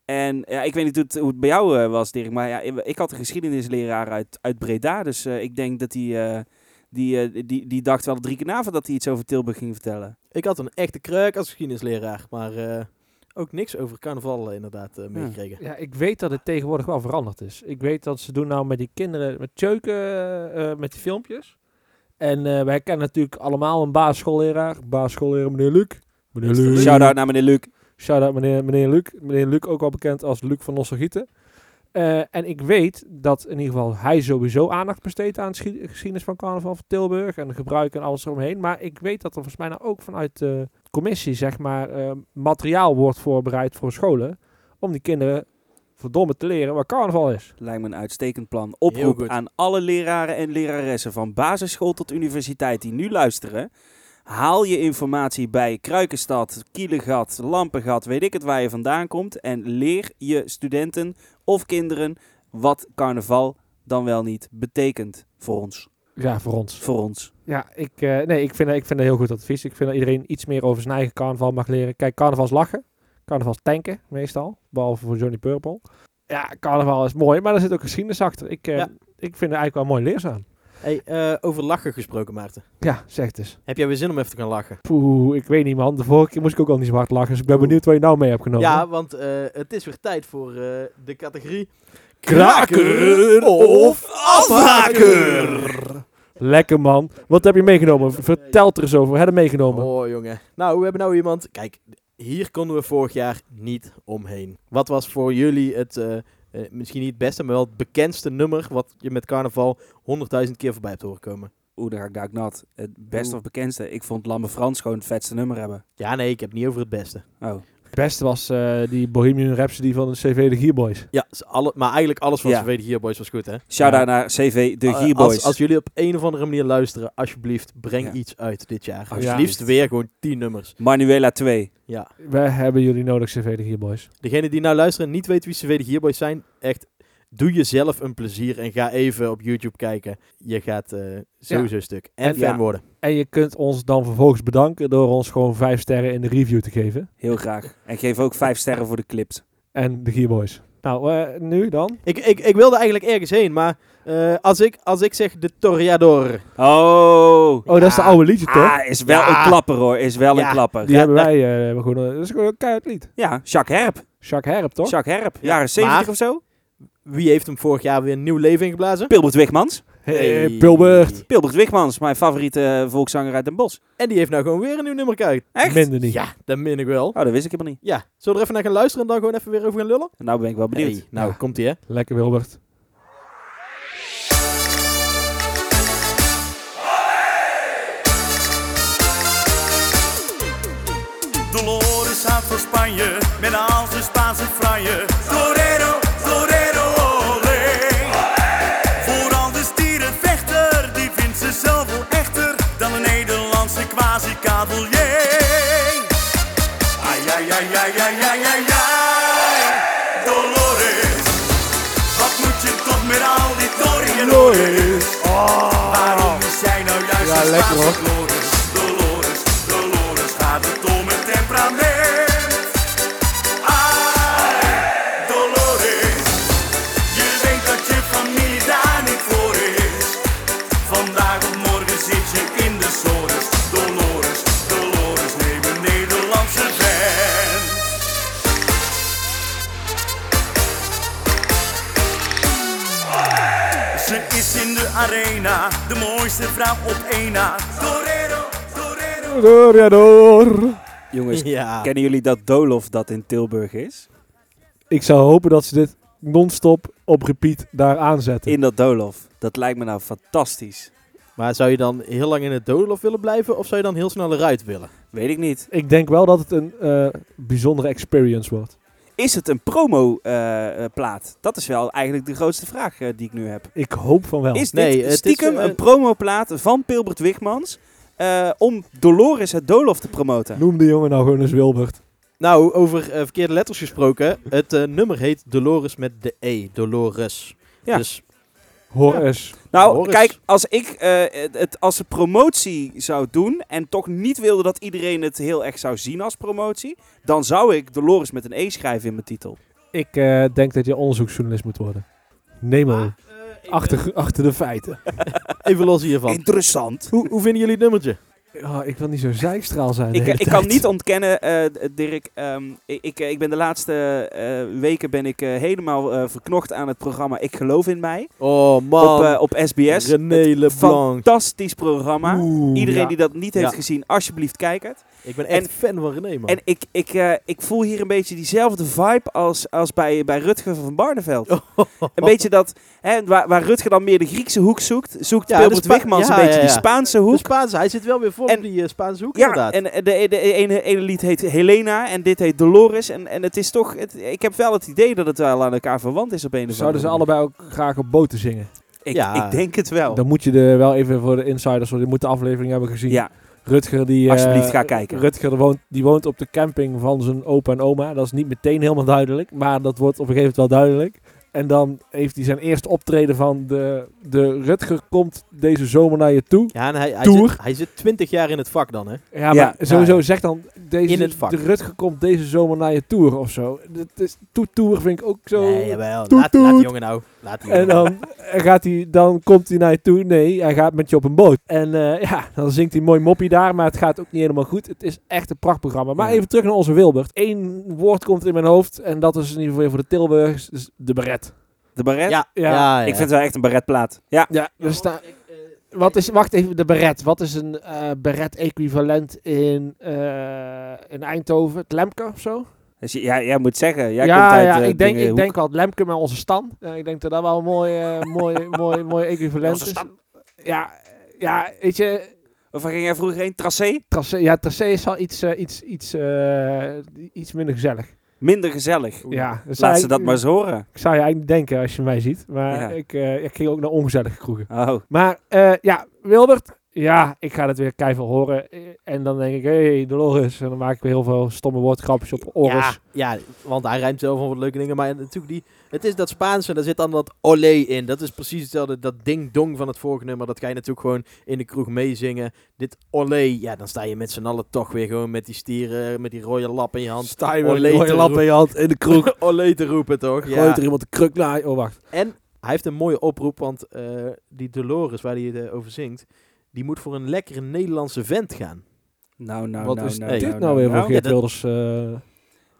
Speaker 4: en ja, ik weet niet hoe het, hoe het bij jou eh, was, Dirk, maar ja, ik- ik had een geschiedenisleraar uit, uit Breda. Dus eh, ik denk dat die, eh, die, eh, die, die dacht wel drie keer na dat hij iets over Tilburg ging vertellen.
Speaker 3: Ik had een echte kruik als geschiedenisleraar. Maar eh, ook niks over carnaval eh, inderdaad eh, meegekregen.
Speaker 2: Ja, ik weet dat het tegenwoordig wel veranderd is. Ik weet dat ze doen nou met die kinderen, met tjeuken, eh, eh, met die filmpjes. En eh, wij kennen natuurlijk allemaal een basisschoolleraar. Basisschoolleraar meneer Luc. Meneer Luc.
Speaker 4: Shout-out naar meneer Luc.
Speaker 2: Shout-out meneer, meneer Luc. Meneer Luc, ook wel bekend als Luc van Nostalgieten. Eh en ik weet dat in ieder geval hij sowieso aandacht besteedt aan de geschi- geschiedenis van carnaval van Tilburg en de gebruik en alles eromheen. Maar ik weet dat er volgens mij nou ook vanuit de commissie, zeg maar, eh, materiaal wordt voorbereid voor scholen. Om die kinderen verdomme te leren wat carnaval is.
Speaker 4: Lijkt me een uitstekend plan.
Speaker 3: Heel
Speaker 4: Oproep
Speaker 3: goed.
Speaker 4: aan alle leraren en leraressen van basisschool tot universiteit die nu luisteren. Haal je informatie bij Kruikenstad, Kielengat, Lampengat, weet ik het waar je vandaan komt. En leer je studenten of kinderen wat carnaval dan wel niet betekent voor ons.
Speaker 2: Ja, voor ons.
Speaker 4: Voor ons.
Speaker 2: Ja, ik, eh, nee, ik vind, ik vind dat heel goed advies. Ik vind dat iedereen iets meer over zijn eigen carnaval mag leren. Kijk, carnaval is lachen. Carnaval is tanken, meestal. Behalve voor Johnny Purple. Ja, carnaval is mooi, maar er zit ook geschiedenis achter. Ik, eh,
Speaker 3: Ja.
Speaker 2: ik vind er eigenlijk wel mooi leerzaam.
Speaker 3: Hey, eh, over lachen gesproken, Maarten.
Speaker 2: Ja, zeg het eens.
Speaker 3: Heb jij weer zin om even te gaan lachen?
Speaker 2: Poeh, ik weet niet man. De vorige keer moest ik ook al niet zo hard lachen. Dus ik ben benieuwd wat je nou mee hebt genomen.
Speaker 3: Ja, want eh, het is weer tijd voor eh, de categorie...
Speaker 2: Kraker
Speaker 3: of afhaker?
Speaker 2: Lekker man. Wat heb je meegenomen? Vertel er eens over. Wat heb je meegenomen?
Speaker 3: Oh, jongen. Nou, we hebben nou iemand... Kijk, hier konden we vorig jaar niet omheen. Wat was voor jullie het... eh, eh, misschien niet het beste, maar wel het bekendste nummer... wat je met carnaval honderdduizend keer voorbij hebt horen komen.
Speaker 4: Oeh, daar ga ik daar ook nat. Het beste of bekendste. Ik vond Lamme Frans gewoon het vetste nummer hebben.
Speaker 3: Ja, nee, ik heb het niet over het beste.
Speaker 4: Oh.
Speaker 2: Het beste was eh, die Bohemian Rhapsody van de CV de Gearboys.
Speaker 3: Ja, ze alle, maar eigenlijk alles van
Speaker 4: Ja.
Speaker 3: ja. Survey Gearboys was goed, hè?
Speaker 4: Shout-out naar CV De
Speaker 3: Eh,
Speaker 4: Gearboys.
Speaker 3: Als, als jullie op een of andere manier luisteren, alsjeblieft, breng
Speaker 4: Ja.
Speaker 3: iets uit dit jaar.
Speaker 4: Alsjeblieft.
Speaker 3: Het liefst weer gewoon 10 nummers.
Speaker 4: Manuela 2.
Speaker 3: Ja.
Speaker 2: Wij hebben jullie nodig, CV de Gearboys.
Speaker 3: Degene die nou luisteren en niet weet wie CV de Gearboys zijn, echt, doe jezelf een plezier en ga even op YouTube kijken. Je gaat eh, sowieso stuk. En,
Speaker 2: En-
Speaker 3: fan
Speaker 4: ja.
Speaker 3: worden.
Speaker 2: En je kunt ons dan vervolgens bedanken door ons gewoon vijf sterren in de review te geven.
Speaker 4: Heel graag. En geef ook vijf sterren voor de clips.
Speaker 2: En de Gearboys. Nou, eh, nu dan?
Speaker 3: Ik, ik, ik wilde eigenlijk ergens heen, maar eh, als, ik, als ik zeg de Toreador,
Speaker 4: Oh.
Speaker 2: Oh, dat is de oude liedje, toch?
Speaker 4: Ah, is wel
Speaker 3: Ja.
Speaker 4: een klapper hoor. Is wel
Speaker 3: Ja.
Speaker 4: een klapper.
Speaker 2: Die
Speaker 3: ja,
Speaker 2: hebben
Speaker 3: dat-
Speaker 2: wij eh, hebben gewoon... eh, Dat is gewoon een keihard lied.
Speaker 4: Ja, Jacques Herp.
Speaker 2: Jacques Herp, toch?
Speaker 4: Jacques Herp, jaren 70
Speaker 3: Maar-
Speaker 4: of zo.
Speaker 3: wie heeft hem vorig jaar weer een nieuw leven ingeblazen?
Speaker 4: Pilbert Wigmans.
Speaker 2: Hey, Pilbert.
Speaker 4: Pilbert Wigmans, mijn favoriete eh, volkszanger uit Den Bosch.
Speaker 3: En die heeft nou gewoon weer een nieuw nummer uit.
Speaker 4: Echt?
Speaker 2: Minder niet.
Speaker 3: Ja, dat min ik wel.
Speaker 4: Oh, dat wist ik helemaal niet.
Speaker 3: Ja, zullen we er even naar gaan luisteren en dan gewoon even weer over gaan lullen?
Speaker 4: Nou ben ik wel benieuwd.
Speaker 3: Hey, nou,
Speaker 2: Ja.
Speaker 3: komt ie hè.
Speaker 2: Lekker, Wilbert.
Speaker 5: nou. Dolores gaat van Spanje met al zijn Spaanse fraaien. Torero, torero, olé. Vooral de stierenvechter, die vindt zichzelf wel echter dan een Nederlandse quasi-cavalier. Ai, ai, ai, ai, nou
Speaker 2: hoor.
Speaker 5: Dolores, Dolores, Dolores gaat het om het temperament. Ah, Dolores, je denkt dat je familie daar niet voor is. Vandaag of morgen zit je in de sores. Dolores, Dolores, neem een Nederlandse vent. Ze is in de arena, de mooiste vrouw op één na. Dorero, Dorero.
Speaker 2: Door, ja, door.
Speaker 4: Jongens,
Speaker 3: Ja.
Speaker 4: kennen jullie dat Dolof dat in Tilburg is?
Speaker 2: Ik zou hopen dat ze dit non-stop op repeat daar aanzetten.
Speaker 4: In dat Dolof. Dat lijkt me nou fantastisch.
Speaker 3: Maar zou je dan heel lang in het doolhof willen blijven? Of zou je dan heel snel eruit willen?
Speaker 4: Weet ik niet.
Speaker 2: Ik denk wel dat het een eh, bijzondere experience wordt.
Speaker 4: Is het een promo eh, eh, plaat? Dat is wel eigenlijk de grootste vraag eh, die ik nu heb.
Speaker 2: Ik hoop van wel.
Speaker 4: Is
Speaker 3: Nee,
Speaker 4: dit
Speaker 3: het is,
Speaker 4: stiekem
Speaker 3: eh,
Speaker 4: een promoplaat van Pilbert Wigmans eh, om Dolores het Dolof te promoten?
Speaker 2: Noem de jongen nou gewoon eens Wilbert.
Speaker 3: Nou, over eh, verkeerde letters gesproken. Het eh, nummer heet Dolores met de E. Dolores.
Speaker 4: Ja.
Speaker 3: Dus
Speaker 2: Hoor
Speaker 4: Ja.
Speaker 2: eens.
Speaker 4: Nou,
Speaker 3: Dolores.
Speaker 4: kijk, als ik eh, het- het als een promotie zou doen en toch niet wilde dat iedereen het heel erg zou zien als promotie, dan zou ik Dolores met een E schrijven in mijn titel.
Speaker 2: Ik eh, denk dat je onderzoeksjournalist moet worden. Neem al.
Speaker 4: eh,
Speaker 2: Achter, achter de feiten.
Speaker 3: even los hiervan.
Speaker 4: Interessant.
Speaker 3: Hoe, hoe vinden jullie het nummertje?
Speaker 2: Oh, ik wil niet zo zijstraal zijn. de
Speaker 4: Ik,
Speaker 2: hele
Speaker 4: ik kan
Speaker 2: tijd.
Speaker 4: niet ontkennen, eh, Dirk. ehm, ik- ik, ik ben de laatste eh, weken ben ik, eh, helemaal eh, verknocht aan het programma Ik Geloof in Mij
Speaker 3: Oh man,
Speaker 4: op, eh, op SBS.
Speaker 3: René Leblanc.
Speaker 4: Fantastisch programma.
Speaker 2: Oeh.
Speaker 4: Iedereen
Speaker 3: ja.
Speaker 4: die dat niet heeft
Speaker 3: Ja.
Speaker 4: gezien, alsjeblieft kijk het.
Speaker 3: Ik ben echt
Speaker 4: en-
Speaker 3: fan van René man.
Speaker 4: En ik, ik, eh, ik voel hier een beetje diezelfde vibe als, als bij, bij Rutger van Barneveld. Een beetje dat, hè, waar, waar Rutger dan meer de Griekse hoek zoekt, zoekt
Speaker 3: Ja,
Speaker 4: Wilbert
Speaker 3: de Spa-
Speaker 4: Wigmans
Speaker 3: ja,
Speaker 4: een beetje
Speaker 3: ja, Dus
Speaker 4: die
Speaker 3: ja.
Speaker 4: Spaanse
Speaker 3: de
Speaker 4: hoek.
Speaker 3: Spaanse, hij zit wel weer vol
Speaker 4: En-
Speaker 3: op die eh, Spaanse hoek
Speaker 4: ja,
Speaker 3: inderdaad.
Speaker 4: en de, de, de ene, ene lied heet Helena en dit heet Dolores. En, en het is toch, het, ik heb wel het idee dat het wel aan elkaar verwant is op een of andere
Speaker 2: Zouden ze
Speaker 4: manier. Oh.
Speaker 2: allebei ook graag op boten zingen?
Speaker 4: Ik,
Speaker 3: Ja.
Speaker 4: ik denk het wel.
Speaker 2: Dan moet je er wel even voor de insiders, want die moeten de aflevering hebben gezien.
Speaker 4: Ja,
Speaker 2: Rutger die... eh,
Speaker 4: alsjeblieft ga kijken.
Speaker 2: Rutger die woont, die woont op de camping van zijn opa en oma. Dat is niet meteen helemaal duidelijk, maar dat wordt op een gegeven moment wel duidelijk. En dan heeft hij zijn eerste optreden van de, de Rutger komt deze zomer naar je toe.
Speaker 3: Ja, en hij, hij,
Speaker 2: Tour.
Speaker 3: zit, hij zit 20 jaar in het vak dan, hè?
Speaker 2: Ja, maar
Speaker 4: Ja,
Speaker 2: sowieso
Speaker 3: ja.
Speaker 2: zeg dan, deze,
Speaker 3: In het vak.
Speaker 2: de Rutger komt deze zomer naar je tour of zo. Dat is, toe tour vind ik ook zo.
Speaker 3: Nee, jawel.
Speaker 2: Toet,
Speaker 3: Laat, laat die
Speaker 2: toet.
Speaker 3: jongen nou. Laat die
Speaker 2: En
Speaker 3: jongen nou.
Speaker 2: dan, gaat hij, dan komt hij naar je toe. Nee, hij gaat met je op een boot. En eh, ja, dan zingt hij mooi moppie daar, maar het gaat ook niet helemaal goed. Het is echt een prachtprogramma. Maar
Speaker 4: Ja.
Speaker 2: even terug naar onze Wilbert. Eén woord komt in mijn hoofd en dat is in ieder geval weer voor de Tilburgers, dus de beret.
Speaker 4: De baret?
Speaker 3: Ja, ja,
Speaker 2: Ja.
Speaker 3: ja.
Speaker 4: Ik vind het wel echt een baretplaat. Ja,
Speaker 2: Ja, eh, er staan... Wat is, wacht even, de beret. Wat is een eh beret-equivalent in, eh, in Eindhoven? Het Lemke of zo?
Speaker 4: dus j- jij, jij moet zeggen. Jij
Speaker 2: ja,
Speaker 4: komt uit,
Speaker 2: ja
Speaker 4: eh,
Speaker 2: ik, denk, ik
Speaker 4: Dingenhoek.
Speaker 2: denk wel het Lemke met onze Stan. Eh, ik denk dat dat wel een mooi, eh, mooi, mooi, mooi equivalent is. Ja, ja, weet je,
Speaker 4: Of waar ging jij vroeger heen? Tracé?
Speaker 2: tracé, ja, tracé is wel iets, eh, iets, iets, eh, iets minder gezellig.
Speaker 4: Minder gezellig.
Speaker 2: Ja, dat zou
Speaker 4: Laat
Speaker 2: ik-
Speaker 4: ze dat maar eens horen.
Speaker 2: Ik zou je eigenlijk niet denken als je mij ziet, maar
Speaker 4: Ja.
Speaker 2: ik, eh, ik ging ook naar ongezellige kroegen.
Speaker 4: Oh,
Speaker 2: Maar eh, ja, Wilbert, ja, ik ga dat weer keihard horen. Eh, En dan denk ik, hé, hey, Dolores. En dan maak ik weer heel veel stomme woordgrapjes op
Speaker 3: ja,
Speaker 2: Oris.
Speaker 3: ja, want hij rijmt zelf van wat leuke dingen. Maar natuurlijk, die, het is dat Spaanse, daar zit dan dat olé in. Dat is precies hetzelfde, dat ding-dong van het vorige nummer. Dat ga je natuurlijk gewoon in de kroeg meezingen. Dit olé, ja, dan sta je met z'n allen toch weer gewoon met die stieren, met die rode lap in je hand.
Speaker 2: Sta je
Speaker 3: met een mooie lap in
Speaker 2: je hand in de kroeg.
Speaker 3: olé te roepen, toch? Ja.
Speaker 2: Gooit er iemand de kruk naar. Oh, wacht.
Speaker 3: En hij heeft een mooie oproep, want eh, die Dolores, waar hij het eh, over zingt, die moet voor een lekkere Nederlandse vent gaan.
Speaker 4: nou, nou,
Speaker 3: Wat
Speaker 4: nou,
Speaker 3: is
Speaker 4: nou,
Speaker 3: dit
Speaker 2: Dit nou weer voor
Speaker 3: Ja,
Speaker 2: Geert
Speaker 3: dat-
Speaker 2: Wilders. eh,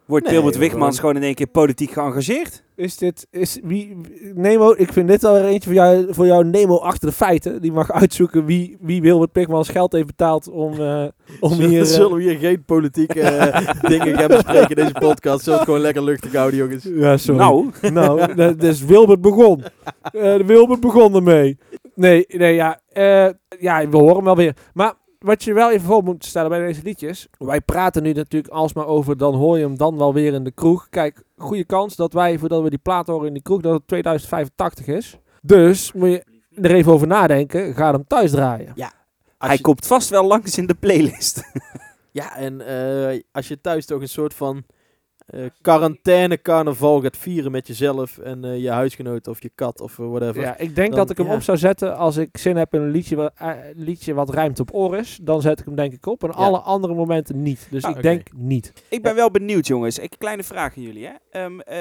Speaker 4: Wordt
Speaker 3: Nee,
Speaker 4: Wilbert
Speaker 3: joh,
Speaker 4: Wigmans gewoon in één keer politiek geëngageerd?
Speaker 2: Is dit, is wie, Nemo, ik vind dit alweer eentje voor jou, voor jou, Nemo achter de feiten. Die mag uitzoeken wie, wie Wilbert Pigmans geld heeft betaald om, eh, om
Speaker 3: Zullen-
Speaker 2: hier... eh,
Speaker 3: zullen we hier geen politieke eh, dingen gaan bespreken in deze podcast. Zullen we het gewoon lekker luchtig houden, jongens.
Speaker 2: eh, ja, sorry.
Speaker 4: Nou,
Speaker 2: nou dat is Wilbert begon. Eh, Wilbert begon ermee. Nee, nee, ja. eh, ja, we horen hem wel weer. Maar wat je wel even voor moet stellen bij deze liedjes. Wij praten nu natuurlijk alsmaar over dan hoor je hem dan wel weer in de kroeg. Kijk, goede kans dat wij, voordat we die plaat horen in de kroeg, dat het 2085 is. Dus moet je er even over nadenken. Ga hem thuis draaien.
Speaker 3: Als
Speaker 4: hij
Speaker 3: je-
Speaker 4: komt vast wel langs in de playlist.
Speaker 3: ja, en eh, als je thuis toch een soort van eh, quarantaine carnaval gaat vieren met jezelf en eh, je huisgenoot of je kat of eh, whatever.
Speaker 2: Ja, ik denk
Speaker 3: Dan-
Speaker 2: dat ik hem
Speaker 3: ja.
Speaker 2: op zou zetten als ik zin heb in een liedje, wa- eh, liedje wat rijmt op oor is. Dan zet ik hem denk ik op. En alle andere momenten niet. Dus
Speaker 4: Ah,
Speaker 2: ik
Speaker 3: oké.
Speaker 2: denk niet.
Speaker 4: Ik ben wel benieuwd, jongens. Ik kleine vraag aan jullie. Hè? Ehm, eh,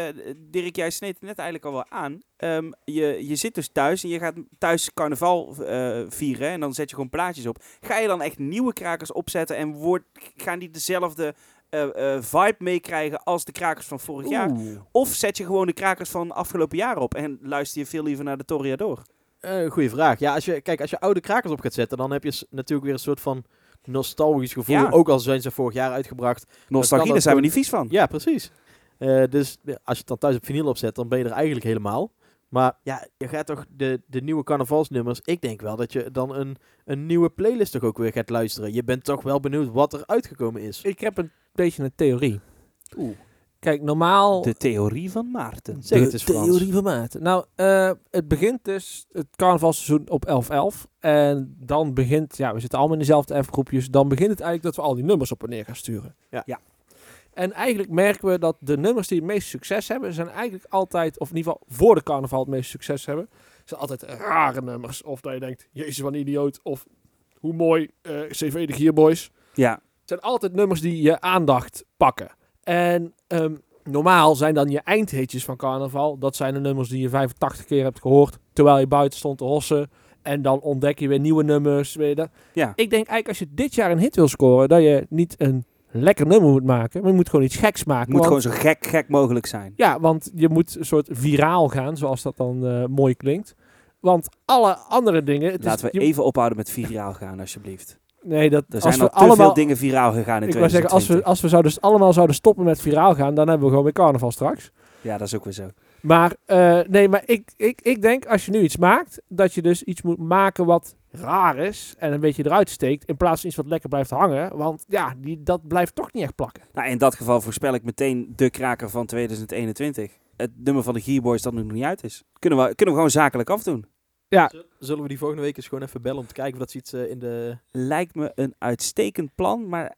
Speaker 4: Dirk, jij sneed het net eigenlijk al wel aan. Ehm, je, je zit dus thuis en je gaat thuis carnaval eh, vieren. hè, En dan zet je gewoon plaatjes op. Ga je dan echt nieuwe krakers opzetten en wordt, gaan die dezelfde eh, eh, vibe meekrijgen als de krakers van vorig jaar? Of zet je gewoon de krakers van afgelopen jaar op en luister je veel liever naar de Toriador?
Speaker 3: Eh, goeie vraag. Ja, als je, kijk, als je oude krakers op gaat zetten, dan heb je s- natuurlijk weer een soort van nostalgisch gevoel.
Speaker 4: Ja.
Speaker 3: Ook al zijn ze vorig jaar uitgebracht.
Speaker 4: Nostalgie,
Speaker 3: ook
Speaker 4: daar zijn
Speaker 3: gewoon-
Speaker 4: we niet vies van.
Speaker 3: Ja, precies. Eh, dus ja, als je het dan thuis op vinyl opzet, dan ben je er eigenlijk helemaal. Maar ja, je gaat toch de, de nieuwe carnavalsnummers. Ik denk wel dat je dan een, een nieuwe playlist toch ook weer gaat luisteren. Je bent toch wel benieuwd wat er uitgekomen is.
Speaker 2: Ik heb een beetje een theorie.
Speaker 4: Oeh.
Speaker 2: Kijk, normaal...
Speaker 4: De theorie van Maarten.
Speaker 3: Zeg het eens,
Speaker 2: De
Speaker 3: Frans.
Speaker 2: theorie van maat. Nou, eh, het begint dus het carnavalseizoen op 11-11. En dan begint, ja, we zitten allemaal in dezelfde F-groepjes. Dan begint het eigenlijk dat we al die nummers op en neer gaan sturen.
Speaker 3: Ja.
Speaker 4: Ja.
Speaker 2: En eigenlijk merken we dat de nummers die het meest succes hebben, zijn eigenlijk altijd, of in ieder geval voor de carnaval het meest succes hebben, zijn altijd rare nummers. Of dat je denkt, jezus, wat een idioot. Of hoe mooi, eh, CV de Gearboys.
Speaker 4: Ja,
Speaker 2: Het zijn altijd nummers die je aandacht pakken. En ehm, normaal zijn dan je eindhitjes van carnaval. Dat zijn de nummers die je 85 keer hebt gehoord. Terwijl je buiten stond te hossen. En dan ontdek je weer nieuwe nummers. Weet je dat?
Speaker 4: Ja.
Speaker 2: Ik denk eigenlijk als je dit jaar een hit wil scoren. Dat je niet een lekker nummer moet maken. Maar je moet gewoon iets geks
Speaker 4: het
Speaker 2: maken.
Speaker 4: moet
Speaker 2: want-
Speaker 4: gewoon zo gek, gek mogelijk zijn.
Speaker 2: ja, want je moet een soort viraal gaan. Zoals dat dan eh, mooi klinkt. Want alle andere dingen... het is-
Speaker 4: Laten we
Speaker 2: je-
Speaker 4: even ophouden met viraal gaan, alsjeblieft.
Speaker 2: Nee, dat,
Speaker 4: Er
Speaker 2: als
Speaker 4: zijn
Speaker 2: we
Speaker 4: al te
Speaker 2: allemaal,
Speaker 4: veel dingen viraal gegaan in
Speaker 2: Ik wou zeggen, als
Speaker 4: 2020.
Speaker 2: we, als we zouden, allemaal zouden stoppen met viraal gaan, dan hebben we gewoon weer carnaval straks.
Speaker 4: Ja, dat is ook weer zo.
Speaker 2: Maar eh, nee, maar ik, ik, ik denk als je nu iets maakt, dat je dus iets moet maken wat raar is en een beetje eruit steekt, in plaats van iets wat lekker blijft hangen. Want ja, die, dat blijft toch niet echt plakken.
Speaker 4: Nou, in dat geval voorspel ik meteen de kraker van 2021. Het nummer van de Gearboys dat nog niet uit is. Kunnen we, kunnen we gewoon zakelijk afdoen.
Speaker 3: Zullen we die volgende week eens gewoon even bellen om te kijken of dat ze iets eh, in de...
Speaker 4: Lijkt me een uitstekend plan, maar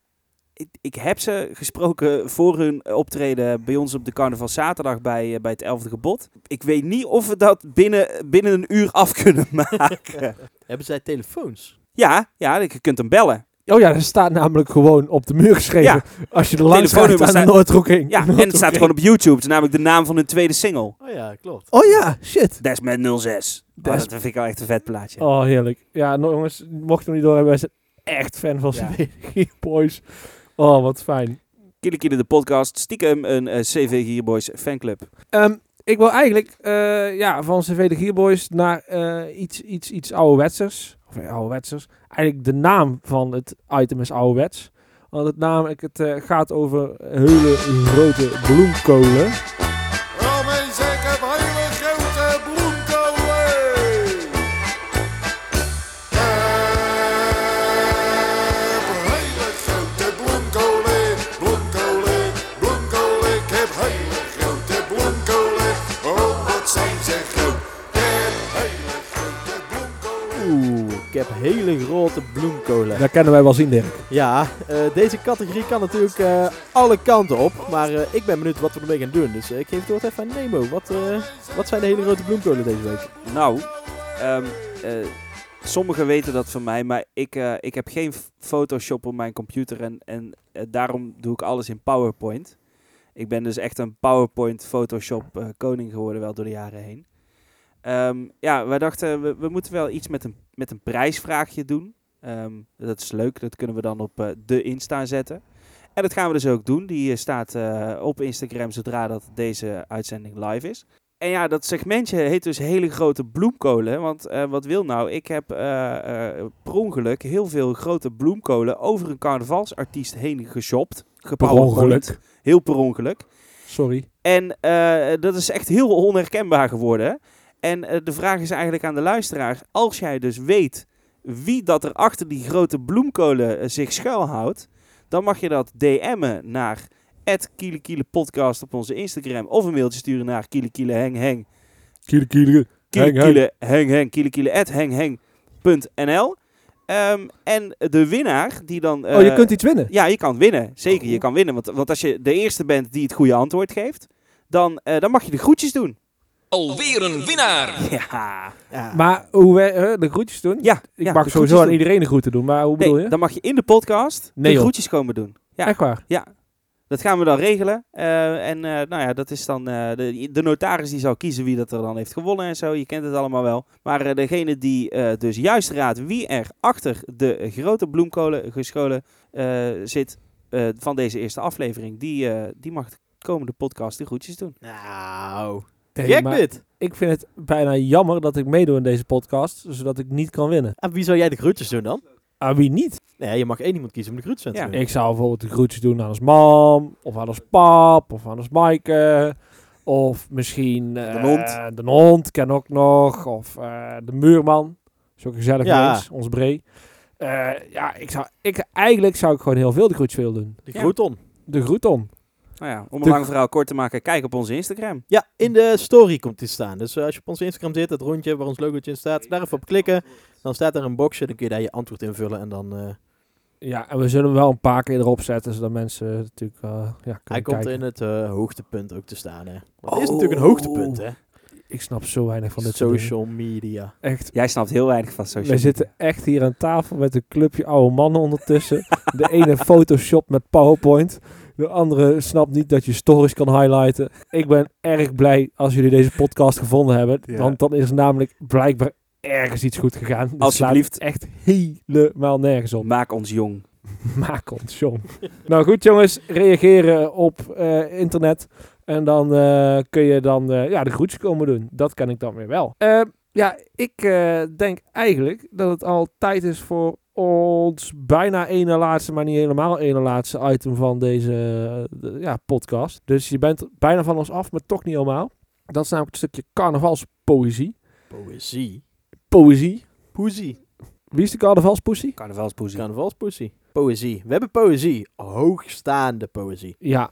Speaker 4: ik, ik heb ze gesproken voor hun optreden bij ons op de carnaval zaterdag bij, eh, bij het 11e gebod. Ik weet niet of we dat binnen, binnen een uur af kunnen maken.
Speaker 3: Hebben zij telefoons?
Speaker 4: ja, ja, je kunt hem bellen.
Speaker 2: Oh ja, dat staat namelijk gewoon op de muur geschreven.
Speaker 4: Ja.
Speaker 2: Als je er langs gaat
Speaker 4: Telefoonnummer
Speaker 2: aan de
Speaker 4: staat-
Speaker 2: Noordhoek heen.
Speaker 4: Ja, en het staat gewoon op YouTube. Het is namelijk de naam van hun tweede single.
Speaker 3: Oh ja, klopt.
Speaker 2: Oh ja, shit.
Speaker 4: Des met 06. Oh,
Speaker 2: Des-
Speaker 4: dat vind ik al echt een vet plaatje.
Speaker 2: Oh, heerlijk. Ja, nou, jongens, mocht je nog niet door hebben, wij zijn echt fan van
Speaker 4: Ja.
Speaker 2: CBG Boys. Oh, wat fijn.
Speaker 4: Kiele Kiele de podcast, stiekem een eh, CV Gearboys fanclub.
Speaker 2: Ehm, ik wil eigenlijk eh, ja, van CV de Gearboys naar eh, iets, iets, iets ouderwetsers. Of nee, ouderwetsers. Eigenlijk de naam van het item is ouderwets. Want het, namelijk, het eh, gaat over hele grote bloemkolen.
Speaker 6: Oh, mijn zek heb hele grote bloemkolen. Ik heb hele grote bloemkolen, bloemkolen, bloemkolen. Ik heb hele grote bloemkolen. Oh, wat zijn ze groot. Ik heb hele grote bloemkolen.
Speaker 3: Oeh, ik heb hele grote bloemkolen.
Speaker 2: Dat kennen wij wel zien, Dirk.
Speaker 3: Ja, eh, deze categorie kan natuurlijk eh, alle kanten op. Maar eh, ik ben benieuwd wat we ermee gaan doen. Dus eh, ik geef het woord even aan Nemo. Wat, eh, wat zijn de hele grote bloemkolen deze week?
Speaker 4: Nou, ehm, eh, sommigen weten dat van mij, maar ik, eh, ik heb geen f- Photoshop op mijn computer en, en eh, daarom doe ik alles in PowerPoint. Ik ben dus echt een PowerPoint Photoshop eh, koning geworden wel door de jaren heen. Ehm, ja, wij dachten, we, we moeten wel iets met een, met een prijsvraagje doen. Ehm, dat is leuk, dat kunnen we dan op eh, de Insta zetten. En dat gaan we dus ook doen. Die eh, staat eh, op Instagram zodra dat deze uitzending live is. En ja, dat segmentje heet dus hele grote bloemkolen. Want eh, wat wil nou? Ik heb eh, eh, per ongeluk heel veel grote bloemkolen over een carnavalsartiest heen geshopt. Gepowerpoint.
Speaker 2: ongeluk.
Speaker 4: Heel per ongeluk.
Speaker 2: Sorry.
Speaker 4: En eh, dat is echt heel onherkenbaar geworden. En eh, de vraag is eigenlijk aan de luisteraar: als jij dus weet wie dat er achter die grote bloemkolen eh, zich schuilhoudt, dan mag je dat DM'en naar @kielekielepodcast op onze Instagram of een mailtje sturen naar kielekielehengheng
Speaker 2: Kiele, kiele. Heng,
Speaker 4: kielekiele heng heng kielekiele@hengheng.nl. Ehm, en de winnaar die dan...
Speaker 2: oh, je
Speaker 4: eh,
Speaker 2: kunt iets winnen.
Speaker 4: Ja, je kan winnen. Zeker,
Speaker 2: Oh.
Speaker 4: je kan winnen. Want, want als je de eerste bent die het goede antwoord geeft, dan, eh, dan mag je de groetjes doen.
Speaker 6: Alweer een winnaar.
Speaker 4: Ja. ja.
Speaker 2: Maar hoe we, eh, de groetjes doen?
Speaker 4: ja
Speaker 2: Ik
Speaker 4: de
Speaker 2: mag
Speaker 4: groetjes
Speaker 2: sowieso aan
Speaker 4: doen.
Speaker 2: iedereen de groeten doen, maar hoe bedoel
Speaker 4: Nee,
Speaker 2: je?
Speaker 4: dan mag je in de podcast
Speaker 2: Nee,
Speaker 4: de
Speaker 2: joh.
Speaker 4: groetjes komen doen. ja.
Speaker 2: Echt waar.
Speaker 4: Dat gaan we dan regelen. Eh, en eh, nou ja, dat is dan eh, de, de notaris die zal kiezen wie dat er dan heeft gewonnen en zo. Je kent het allemaal wel. Maar eh, degene die eh, dus juist raadt wie er achter de grote bloemkolen gescholen eh, zit eh, van deze eerste aflevering, die, eh, die mag de komende podcast de groetjes doen.
Speaker 3: Nou,
Speaker 2: Nee,
Speaker 3: gek
Speaker 2: maar
Speaker 3: dit.
Speaker 2: ik vind het bijna jammer dat ik meedoe in deze podcast, zodat ik niet kan winnen.
Speaker 3: En wie zou jij de groetjes doen dan?
Speaker 2: Aan wie niet?
Speaker 3: Nee, je mag één iemand kiezen om de groetjes aan te
Speaker 4: Ja.
Speaker 3: doen.
Speaker 2: Ik zou bijvoorbeeld de groetjes doen aan ons mam, of aan ons pap, of aan ons Maaike. Of misschien... eh,
Speaker 4: De hond.
Speaker 2: De hond, ken ook nog. Of eh, de muurman. Is ook een gezellig
Speaker 3: Ja.
Speaker 2: mens, ons Bree. Eh, ja, ik zou, ik, eigenlijk zou ik gewoon heel veel de groetjes willen doen.
Speaker 3: De
Speaker 4: Ja.
Speaker 3: groeton.
Speaker 2: De groeton.
Speaker 4: Nou ja, om een
Speaker 2: De-
Speaker 4: lang verhaal kort te maken, kijk op onze Instagram.
Speaker 3: Ja, in de story komt die te staan. Dus eh, als je op onze Instagram zit, het rondje waar ons logootje in staat, daar even op klikken. Dan staat er een boxje, dan kun je daar je antwoord invullen en dan... eh,
Speaker 2: Ja, en we zullen hem wel een paar keer erop zetten, zodat mensen natuurlijk eh, ja, kunnen
Speaker 3: hij komt
Speaker 2: kijken.
Speaker 3: in het eh, hoogtepunt ook te staan, hè. Dat is natuurlijk een hoogtepunt, hè.
Speaker 2: Ik snap zo weinig van dit soort dingen.
Speaker 3: Social media.
Speaker 2: Echt.
Speaker 4: Jij snapt heel weinig van social
Speaker 2: Wij zitten echt hier aan tafel met een clubje oude mannen ondertussen. De ene Photoshop met PowerPoint. De andere snapt niet dat je stories kan highlighten. Ik ben erg blij als jullie deze podcast gevonden hebben.
Speaker 4: Ja.
Speaker 2: Want dan is namelijk blijkbaar ergens iets goed gegaan. Dat
Speaker 4: Alsjeblieft.
Speaker 2: slaat echt helemaal nergens op.
Speaker 4: Maak ons jong.
Speaker 2: Maak ons jong. nou goed jongens, reageren op eh, internet. En dan eh, kun je dan eh, ja, de groetjes komen doen. Dat kan ik dan weer wel. Eh, ja, ik eh, denk eigenlijk dat het al tijd is voor ons bijna ene laatste, maar niet helemaal ene laatste item van deze eh, de- ja, podcast. Dus je bent bijna van ons af, maar toch niet helemaal. Dat is namelijk het stukje carnavalspoëzie.
Speaker 3: Poëzie.
Speaker 2: Poëzie.
Speaker 3: Poezie.
Speaker 2: Wie is de carnavalspoesie?
Speaker 4: Carnavalspoezie.
Speaker 3: Carnavalspoëzie. Poëzie. We hebben poëzie. Hoogstaande poëzie.
Speaker 2: Ja,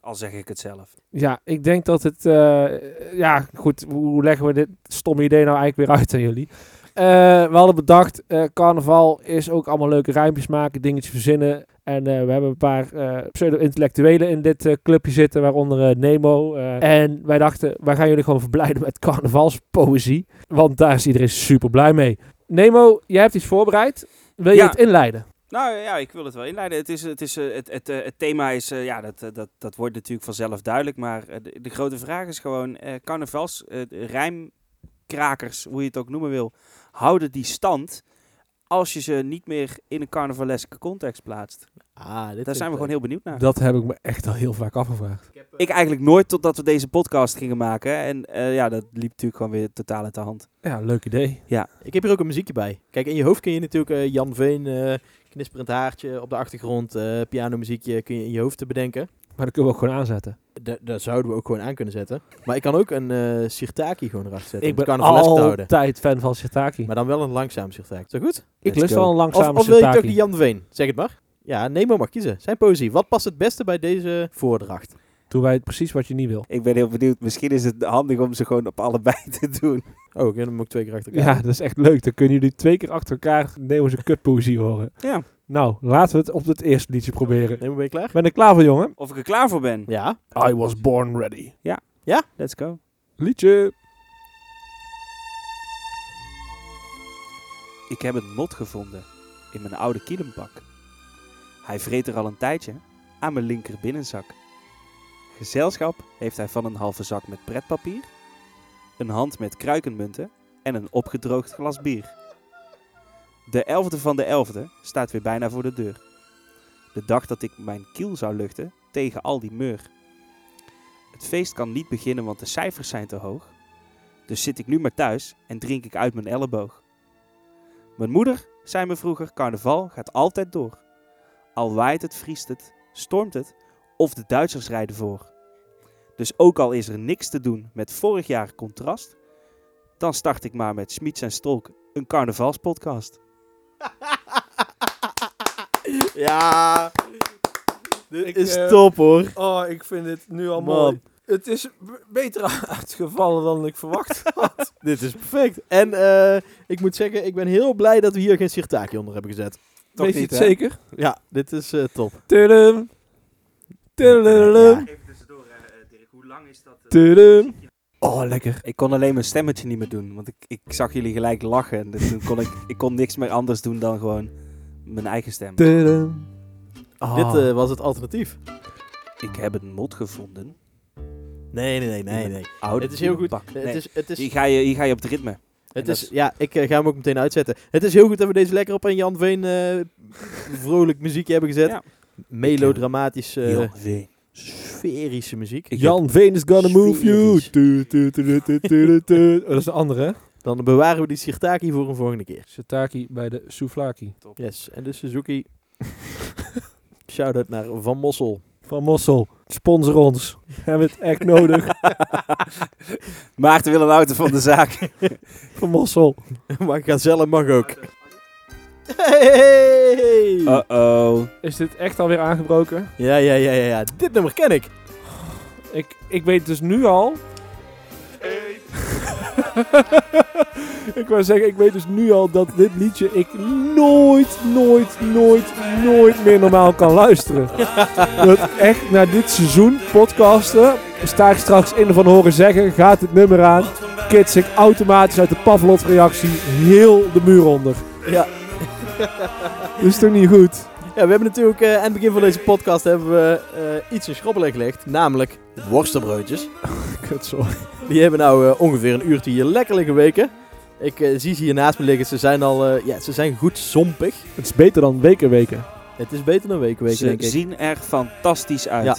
Speaker 4: Al zeg ik het zelf.
Speaker 2: Ja, ik denk dat het. eh, ja, goed. Hoe leggen we dit stomme idee nou eigenlijk weer uit aan jullie? Eh, we hadden bedacht, eh, carnaval is ook allemaal leuke ruimpjes maken, dingetjes verzinnen. En eh, we hebben een paar eh, pseudo-intellectuelen in dit eh, clubje zitten, waaronder eh, Nemo. eh. en wij dachten, wij gaan jullie gewoon verblijden met carnavalspoëzie. Want daar is iedereen super blij mee. Nemo, jij hebt iets voorbereid. Wil je
Speaker 4: Ja.
Speaker 2: het inleiden?
Speaker 4: Nou ja, ik wil het wel inleiden. Het, is, het, is, eh, het, het, eh, het thema is, eh, ja, dat, eh, dat, dat wordt natuurlijk vanzelf duidelijk. Maar eh, de, de grote vraag is gewoon, eh carnavals, eh, de rijmkrakers, hoe je het ook noemen wil, houden die stand als je ze niet meer in een carnavaleske context plaatst?
Speaker 3: Ah, dit
Speaker 4: Daar zijn we gewoon heel benieuwd naar.
Speaker 2: Dat heb ik me echt al heel vaak afgevraagd.
Speaker 4: Ik eigenlijk nooit totdat we deze podcast gingen maken. En eh, ja, dat liep natuurlijk gewoon weer totaal uit de hand.
Speaker 2: Ja, leuk idee.
Speaker 3: Ik heb hier ook een muziekje bij. Kijk, in je hoofd kun je natuurlijk eh, Jan Veen, eh, knisperend haartje op de achtergrond, eh pianomuziekje kun je in je hoofd te bedenken.
Speaker 2: Maar dat kunnen we ook gewoon aanzetten.
Speaker 3: Da- daar zouden we ook gewoon aan kunnen zetten. Maar ik kan ook een eh Sirtaki gewoon erachter zetten.
Speaker 2: Ik
Speaker 3: om
Speaker 2: ben
Speaker 3: het carnavalesk te houden.
Speaker 2: altijd fan van Sirtaki.
Speaker 3: Maar dan wel een langzaam Sirtaki. Is dat goed?
Speaker 2: Ik
Speaker 4: Let's
Speaker 2: lust
Speaker 4: go.
Speaker 2: wel een
Speaker 3: Of,
Speaker 2: langzame
Speaker 3: of wil je toch
Speaker 2: Sirtaki.
Speaker 3: die Jan Veen? Zeg het maar. Ja, Nemo mag kiezen. Zijn poëzie. Wat past het beste bij deze voordracht?
Speaker 2: Doen wij precies wat je niet wil.
Speaker 4: Ik ben heel benieuwd. Misschien is het handig om ze gewoon op allebei te doen.
Speaker 3: Oh, ik heb hem ook twee keer achter elkaar.
Speaker 2: Ja, dat is echt leuk. Dan kunnen jullie twee keer achter elkaar Nemo's kutpoëzie horen.
Speaker 4: Ja.
Speaker 2: Nou, laten we het op het eerste liedje proberen.
Speaker 3: Nemo, ben je klaar?
Speaker 2: Ben ik klaar voor, jongen?
Speaker 4: Of ik er klaar voor ben.
Speaker 3: Ja.
Speaker 2: I was born ready.
Speaker 4: Let's go.
Speaker 2: Liedje.
Speaker 4: Ik heb een mot gevonden in mijn oude kielenpak. Hij vreet er al een tijdje aan mijn linker binnenzak. Gezelschap heeft hij van een halve zak met pretpapier, een hand met kruikenmunten en een opgedroogd glas bier. De elfde van de elfde staat weer bijna voor de deur. De dag dat ik mijn kiel zou luchten tegen al die meur. Het feest kan niet beginnen want de cijfers zijn te hoog. Dus zit ik nu maar thuis en drink ik uit mijn elleboog. Mijn moeder zei me vroeger: carnaval gaat altijd door. Al waait het, vriest het, stormt het of de Duitsers rijden voor. Dus ook al is er niks te doen met vorig jaar contrast, dan start ik maar met Schmieds en Stolk een carnavalspodcast.
Speaker 3: Ja. Dit
Speaker 2: Ik,
Speaker 3: is
Speaker 2: eh,
Speaker 3: top hoor.
Speaker 2: Oh, ik vind het nu al
Speaker 3: Man.
Speaker 2: Het is b- beter uitgevallen dan ik verwacht had.
Speaker 3: Dit is perfect. En eh, ik moet zeggen, ik ben heel blij dat we hier geen sirtaakje onder hebben gezet.
Speaker 2: Weet je
Speaker 3: niet,
Speaker 2: het
Speaker 3: hè?
Speaker 2: zeker?
Speaker 3: Ja, dit is eh, top.
Speaker 2: Tudum. Tudum.
Speaker 4: Even tussendoor, eh, Dirk. Hoe lang is dat? eh?
Speaker 2: Tudum. Oh, lekker.
Speaker 4: Ik kon alleen mijn stemmetje niet meer doen, want ik, ik zag jullie gelijk lachen. En dus toen kon ik, ik kon niks meer anders doen dan gewoon mijn eigen stem.
Speaker 2: Tudum. Ah.
Speaker 3: Dit eh, was het alternatief.
Speaker 4: Ik heb een mod gevonden.
Speaker 3: Nee, nee, nee, nee. nee.
Speaker 4: Oude
Speaker 3: Het is heel goed.
Speaker 4: toepak.
Speaker 3: Het
Speaker 4: Nee,
Speaker 3: is, het is,
Speaker 4: Hier ga, je, hier ga je op het ritme.
Speaker 3: het
Speaker 4: dat
Speaker 3: is,
Speaker 4: is-
Speaker 3: ja, ik eh, ga hem ook meteen uitzetten. Het is heel goed dat we deze lekker op een Jan Veen eh, vrolijk muziekje hebben gezet.
Speaker 4: Ja.
Speaker 3: Melodramatisch, eh,
Speaker 4: Jan Veen.
Speaker 3: sferische muziek.
Speaker 4: Ik
Speaker 2: Jan Veen is gonna move you.
Speaker 3: Sferisch.
Speaker 2: Tu, tu, tu, tu, tu, tu, tu. Oh, dat is de andere, hè?
Speaker 3: Dan bewaren we die sirtaki voor een volgende keer.
Speaker 2: Sataki bij de Souflaki.
Speaker 3: Yes, en dus Suzuki. Shout-out naar Van Mossel.
Speaker 2: Van Mossel, sponsor ons. We hebben het echt nodig.
Speaker 4: Maarten Willem Houten van de zaak.
Speaker 2: Van Mossel.
Speaker 3: maar Gazelle mag ook. Hey!
Speaker 4: Uh-oh.
Speaker 2: Is dit echt alweer aangebroken?
Speaker 3: Ja, ja, ja, ja, ja. Dit nummer ken ik.
Speaker 2: Ik, ik weet dus nu al. ik wou zeggen, ik weet dus nu al dat dit liedje ik nooit, nooit, nooit, nooit meer normaal kan luisteren. dat echt na dit seizoen podcasten sta ik straks in van horen zeggen, gaat het nummer aan, kids ik automatisch uit de Pavlov-reactie heel de muur onder.
Speaker 3: Ja.
Speaker 2: Dat is toch niet goed?
Speaker 3: Ja, we hebben natuurlijk eh, aan het begin van deze podcast hebben we eh, iets in schrobbelen gelegd. Namelijk worstenbroodjes.
Speaker 2: Kut, zo.
Speaker 3: Die hebben nou eh, ongeveer een uurtje hier lekker liggen weken. Ik eh, zie ze hier naast me liggen. Ze zijn al, eh, ja, ze zijn goed zompig.
Speaker 2: Het is beter dan weken weken.
Speaker 3: Het is beter dan weken weken,
Speaker 4: Ze
Speaker 3: denk ik.
Speaker 4: zien er fantastisch uit.
Speaker 3: Ja.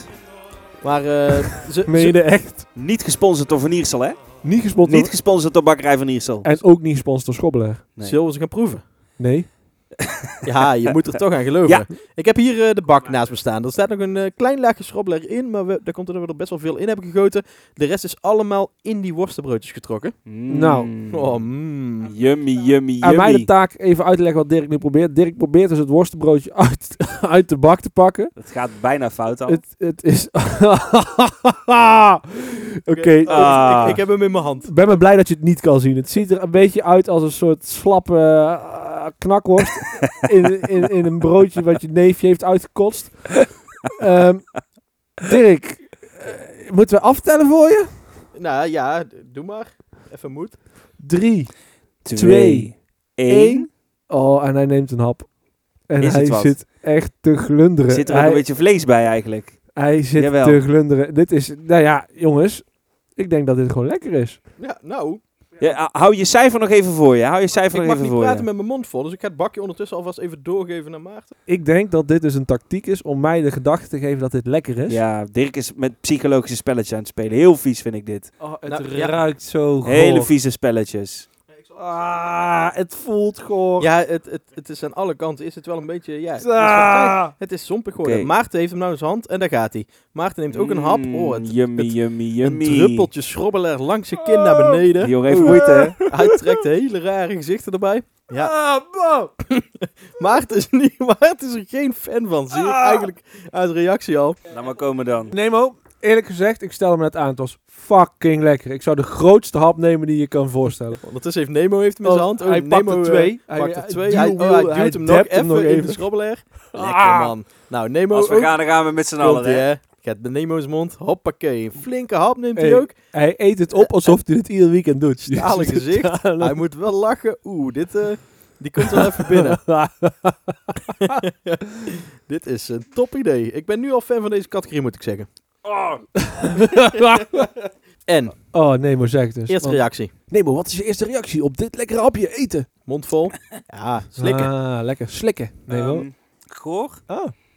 Speaker 3: Maar eh, ze, ze-
Speaker 2: Mede echt.
Speaker 4: Niet gesponsord door Van Iersel, hè?
Speaker 2: Niet gespot.
Speaker 4: Niet gesponsord door Bakkerij Van
Speaker 3: Eh,
Speaker 4: Iersel.
Speaker 2: En ook niet gesponsord door Schobbeler.
Speaker 4: Nee.
Speaker 3: zullen we ze gaan proeven?
Speaker 2: Nee.
Speaker 3: Ja, je moet er toch aan geloven.
Speaker 4: Ja.
Speaker 3: Ik heb hier eh, de bak naast me staan. Er staat nog een eh, klein laagje schrobbeler in, maar we, daar komt er nog wel best wel veel in hebben gegoten. De rest is allemaal in die worstenbroodjes getrokken.
Speaker 4: Mm.
Speaker 2: Nou.
Speaker 3: Oh, mm.
Speaker 4: Yummy, yummy,
Speaker 2: Aan mij de
Speaker 4: yummy.
Speaker 2: taak even uit te leggen wat Dirk nu probeert. Dirk probeert dus het worstenbroodje uit, uit de bak te pakken.
Speaker 4: Het gaat bijna fout
Speaker 3: Eh,
Speaker 4: al.
Speaker 2: Het, het is... Oké.
Speaker 4: Ah.
Speaker 3: Ik, ik heb hem in mijn hand.
Speaker 2: Ik ben maar blij dat je het niet kan zien. Het ziet er een beetje uit als een soort slappe eh, knakworst in, in, in een broodje wat je neefje heeft uitgekotst. Ehm, Dirk, eh, moeten we aftellen voor je?
Speaker 3: Nou ja, d- doe maar. Even moed.
Speaker 2: Drie,
Speaker 4: Twee. Eén.
Speaker 2: één. Oh, en hij neemt een hap. En
Speaker 4: Is het
Speaker 2: hij
Speaker 4: wat?
Speaker 2: zit echt te glunderen.
Speaker 4: Zit er ook
Speaker 2: hij,
Speaker 4: een beetje vlees bij eigenlijk?
Speaker 2: Hij zit
Speaker 4: Jawel.
Speaker 2: te glunderen. Dit is, nou ja, jongens. Ik denk dat dit gewoon lekker is.
Speaker 3: Ja, nou,
Speaker 4: Ja, hou- hou je cijfer nog even voor je. Hou je cijfer
Speaker 3: ik
Speaker 4: nog
Speaker 3: mag
Speaker 4: even
Speaker 3: niet
Speaker 4: voor
Speaker 3: praten
Speaker 4: je.
Speaker 3: met mijn mond vol, dus ik ga het bakje ondertussen alvast even doorgeven naar Maarten.
Speaker 2: Ik denk dat dit dus een tactiek is om mij de gedachte te geven dat dit lekker is.
Speaker 4: Ja, Dirk is met psychologische spelletjes aan het spelen. Heel vies vind ik dit.
Speaker 2: Oh, het
Speaker 3: Nou, ja.
Speaker 2: ruikt zo goor.
Speaker 4: Hele vieze spelletjes.
Speaker 2: Ah, het voelt
Speaker 4: Oh.
Speaker 2: goor. Ah.
Speaker 3: Ja, het, het, het is aan alle kanten. Is het wel een beetje, ja... het is wel fijn.
Speaker 2: Ah.
Speaker 3: Het is zompig geworden.
Speaker 4: Oké.
Speaker 3: Maarten heeft hem nou in zijn hand en daar gaat hij. Maarten neemt ook een hap.
Speaker 4: Mm,
Speaker 3: Oh, het,
Speaker 4: yummy,
Speaker 3: het-
Speaker 4: yummy, yummy.
Speaker 3: Een druppeltje Oh, schrobbelen langs zijn kin naar beneden.
Speaker 4: Die jongen heeft moeite, hè?
Speaker 3: Hij trekt hele rare gezichten erbij. Ja.
Speaker 2: Ah,
Speaker 3: Maarten is, niet, Maarten is er geen fan van. Zie
Speaker 4: Ah.
Speaker 3: ik eigenlijk uit de reactie al.
Speaker 4: Laat maar komen dan.
Speaker 2: Nemo, eerlijk gezegd, ik stel hem net aan. Het was fucking lekker. Ik zou de grootste hap nemen die je kan voorstellen.
Speaker 3: Ondertussen heeft Nemo heeft hem in zijn hand. Oh,
Speaker 2: hij
Speaker 3: Nemo,
Speaker 2: pakt er
Speaker 3: eh,
Speaker 2: twee.
Speaker 3: Hij pakt er twee.
Speaker 2: duwt-
Speaker 3: Hij, oh, hij duwt
Speaker 2: hij
Speaker 3: hem nog
Speaker 2: dapt
Speaker 3: even, in de schrobbelair. Lekker man. Nou, Nemo
Speaker 4: Als we
Speaker 3: ook.
Speaker 4: gaan, dan gaan we met z'n allen,
Speaker 3: Komt hij,
Speaker 4: hè?
Speaker 3: hè. Gaat bij Nemo's mond. Hoppakee. Een flinke hap neemt hij
Speaker 2: Hey.
Speaker 3: ook.
Speaker 2: Hij eet het op alsof hij dit ieder weekend doet.
Speaker 3: Eh, Stalen gezicht. Hij moet wel lachen. Oeh, dit, eh, die komt wel even binnen. dit is een top idee. Ik ben nu al fan van deze categorie, moet ik zeggen.
Speaker 4: Ah!
Speaker 3: En,
Speaker 2: oh, Nemo zegt dus.
Speaker 3: eerste reactie.
Speaker 2: Nemo, wat is je eerste reactie op dit lekkere hapje eten?
Speaker 3: Mondvol. Ja, slikken.
Speaker 2: Ah, lekker. Slikken. Nemo.
Speaker 4: Ehm, goor.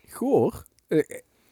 Speaker 3: Goor.
Speaker 2: Ehm,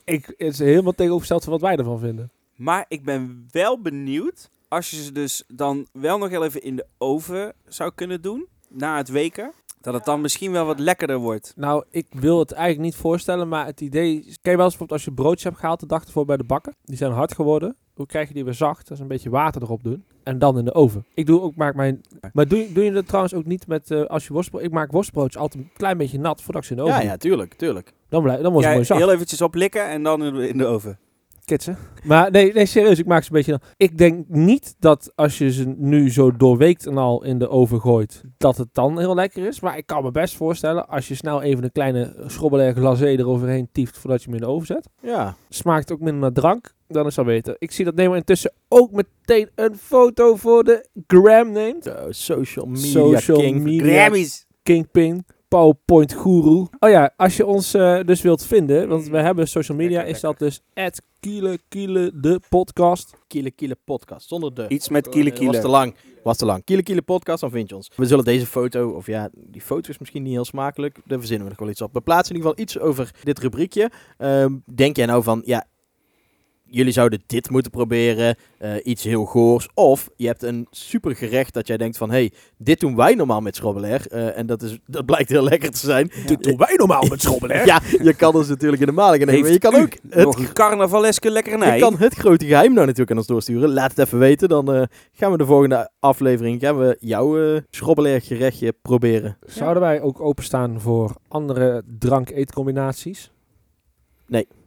Speaker 2: ik, het is helemaal tegenovergesteld van wat wij ervan vinden.
Speaker 4: Maar ik ben wel benieuwd als je ze dus dan wel nog heel even in de oven zou kunnen doen. Na het weken. Dat het dan misschien wel wat lekkerder wordt.
Speaker 2: Nou, ik wil het eigenlijk niet voorstellen, maar het idee... Ken je wel eens bijvoorbeeld als je broodjes hebt gehaald de dag ervoor bij de bakker? Die zijn hard geworden. Hoe krijg je die weer zacht? Dat is een beetje water erop doen. En dan in de oven. Ik doe ook, maak mijn... Maar doe, je- doe je dat trouwens ook niet met... eh, als je worstbrood... Ik maak worstbroodjes altijd een klein beetje nat voordat ik ze in de oven
Speaker 3: Ja,
Speaker 2: doe.
Speaker 3: ja, tuurlijk, tuurlijk.
Speaker 2: Dan, blijf, dan wordt
Speaker 4: Jij
Speaker 2: het mooi zacht.
Speaker 4: heel eventjes oplikken en dan in de- in de oven.
Speaker 2: Kitsen. Maar nee, nee, serieus, ik maak ze een beetje... Ik denk niet dat als je ze nu zo doorweekt en al in de oven gooit, dat het dan heel lekker is. Maar ik kan me best voorstellen, als je snel even een kleine schrobbelair glacé eroverheen tieft voordat je hem in de oven zet,
Speaker 3: Ja.
Speaker 2: smaakt het ook minder naar drank, dan is dat beter. Ik zie dat Nemo intussen ook meteen een foto voor de gram neemt.
Speaker 3: Zo, social media
Speaker 2: Social
Speaker 3: king.
Speaker 2: media. Kingpin, PowerPoint Guru. Oh ja, als je ons eh, dus wilt vinden, want we hebben social media,
Speaker 4: Lekker,
Speaker 2: is dat dus at Kiele Kiele de podcast.
Speaker 3: Kiele Kiele podcast. Zonder de. Oh,
Speaker 4: Iets met kiele
Speaker 3: Was te
Speaker 4: kiele.
Speaker 3: lang. Was te lang. Kiele Kiele podcast, dan vind je ons. We zullen deze foto, of ja, die foto is misschien niet heel smakelijk. Daar verzinnen we nog wel iets op. We plaatsen in ieder geval iets over dit rubriekje. Ehm, denk jij nou van, ja, jullie zouden dit moeten proberen. eh, iets heel goors. Of je hebt een super gerecht dat jij denkt van, hé, hey, dit doen wij normaal met schrobbelair. eh, en dat, is, dat blijkt heel lekker te zijn. Dit doen wij normaal met schrobbelair. ja, je kan ons natuurlijk in de maling nemen. Maar je kan ook het
Speaker 4: Nog een carnavaleske lekkernij.
Speaker 3: ik kan het grote geheim nou natuurlijk aan ons doorsturen. Laat het even weten. Dan eh, gaan we de volgende aflevering gaan we jouw eh schrobbelair gerechtje proberen.
Speaker 2: Zouden wij ook openstaan voor andere drank-eetcombinaties?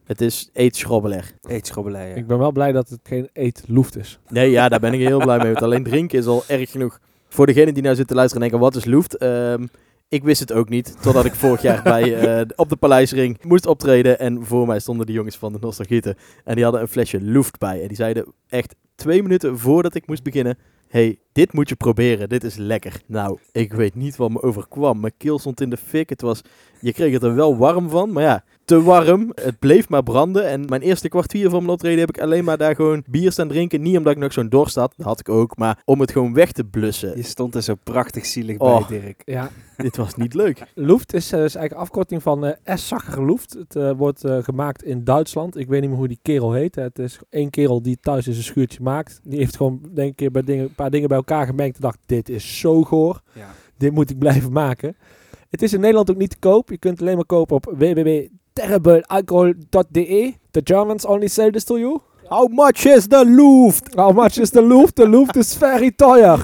Speaker 3: Het is eet schrobbelair.
Speaker 4: Eet schrobbelair.
Speaker 2: Ik ben wel blij dat het geen eetloeft is.
Speaker 3: Nee, ja, daar ben ik heel blij mee. Want alleen drinken is al erg genoeg. Voor degene die nou zit te luisteren en denken, wat is loeft? Ehm, ik wist het ook niet, totdat ik vorig jaar bij, eh, op de Paleisring moest optreden. En voor mij stonden de jongens van de Nostalgieten. En die hadden een flesje loeft bij. En die zeiden echt twee minuten voordat ik moest beginnen... hey, dit moet je proberen, dit is lekker. Nou, ik weet niet wat me overkwam. Mijn keel stond in de fik. Het was, je kreeg het er wel warm van, maar ja, te warm. Het bleef maar branden. En mijn eerste kwartier van mijn optreden heb ik alleen maar daar gewoon bier staan drinken. Niet omdat ik nog zo'n dorst had, dat had ik ook. Maar om het gewoon weg te blussen.
Speaker 4: Je stond er zo prachtig zielig
Speaker 3: Oh.
Speaker 4: bij, Dirk.
Speaker 2: Ja,
Speaker 3: Dit was niet leuk.
Speaker 2: Loeft is, eh, is eigenlijk een afkorting van eh Essackerloeft. Het eh, wordt eh, gemaakt in Duitsland. Ik weet niet meer hoe die kerel heet. Het is één kerel die thuis in zijn schuurtje maakt. Die heeft gewoon denk ik, een keer bij dingen, een paar dingen bij elkaar gemengd en dacht, dit is zo goor.
Speaker 4: Ja.
Speaker 2: Dit moet ik blijven maken. Het is in Nederland ook niet te koop. Je kunt het alleen maar kopen op www.terriblealcohol.de. The Germans only sell this to you.
Speaker 3: How much is the loeft?
Speaker 2: How much is the Luft? The Luft is very tire.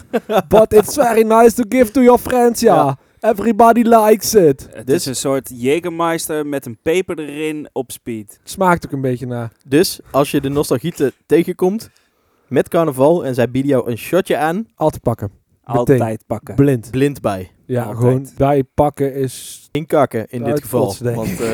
Speaker 2: But it's very nice to give to your friends, ja.
Speaker 3: Ja.
Speaker 2: Everybody likes it.
Speaker 4: Het
Speaker 3: Dus-
Speaker 4: is een soort Jägermeister met een peper erin op speed.
Speaker 2: Smaakt ook een beetje naar.
Speaker 3: Dus als je de nostalgieten tegenkomt met carnaval en zij bieden jou een shotje aan,
Speaker 2: Al te pakken.
Speaker 4: Altijd
Speaker 2: Meteen.
Speaker 4: pakken.
Speaker 2: Blind.
Speaker 3: blind bij.
Speaker 2: Ja,
Speaker 4: Altijd.
Speaker 2: gewoon bijpakken is...
Speaker 3: Inkakken in dit
Speaker 2: Uit
Speaker 3: geval.
Speaker 2: godsdenk.
Speaker 3: Want, eh,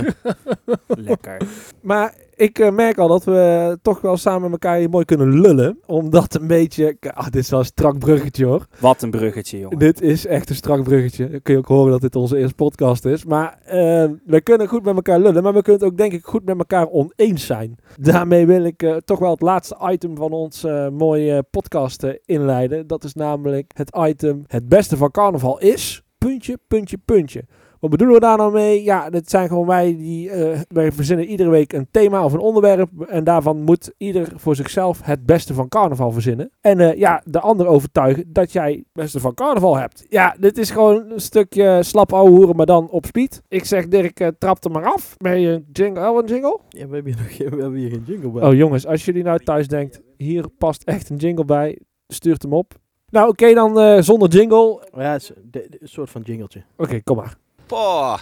Speaker 4: Lekker.
Speaker 2: Maar ik eh, merk al dat we toch wel samen met elkaar hier mooi kunnen lullen. Omdat een beetje... Ah, dit is wel een strak bruggetje hoor.
Speaker 4: Wat een bruggetje, jongen.
Speaker 2: Dit is echt een strak bruggetje. Dan kun je ook horen dat dit onze eerste podcast is. Maar eh, we kunnen goed met elkaar lullen. Maar we kunnen het ook denk ik goed met elkaar oneens zijn. Daarmee wil ik eh, toch wel het laatste item van ons eh, mooie podcast eh, inleiden. Dat is namelijk het item het beste van carnaval is... Puntje, puntje, puntje. Wat bedoelen we daar nou mee? Ja, dat zijn gewoon wij die eh, wij verzinnen iedere week een thema of een onderwerp. En daarvan moet ieder voor zichzelf het beste van carnaval verzinnen. En eh, ja, de ander overtuigen dat jij het beste van carnaval hebt. Ja, dit is gewoon een stukje slap ouwe hoeren, maar dan op speed. Ik zeg Dirk, eh, trap er maar af. Ben je een jingle? Oh, een jingle?
Speaker 3: ja, we, hebben hier nog, geen- we hebben hier geen jingle bij.
Speaker 2: Oh jongens, als jullie nou thuis denkt, hier past echt een jingle bij, stuurt hem op. Nou oké, dan eh, zonder jingle. Oké,
Speaker 3: Ja, het is de- de- een soort van jingletje.
Speaker 2: kom maar.
Speaker 10: Poh,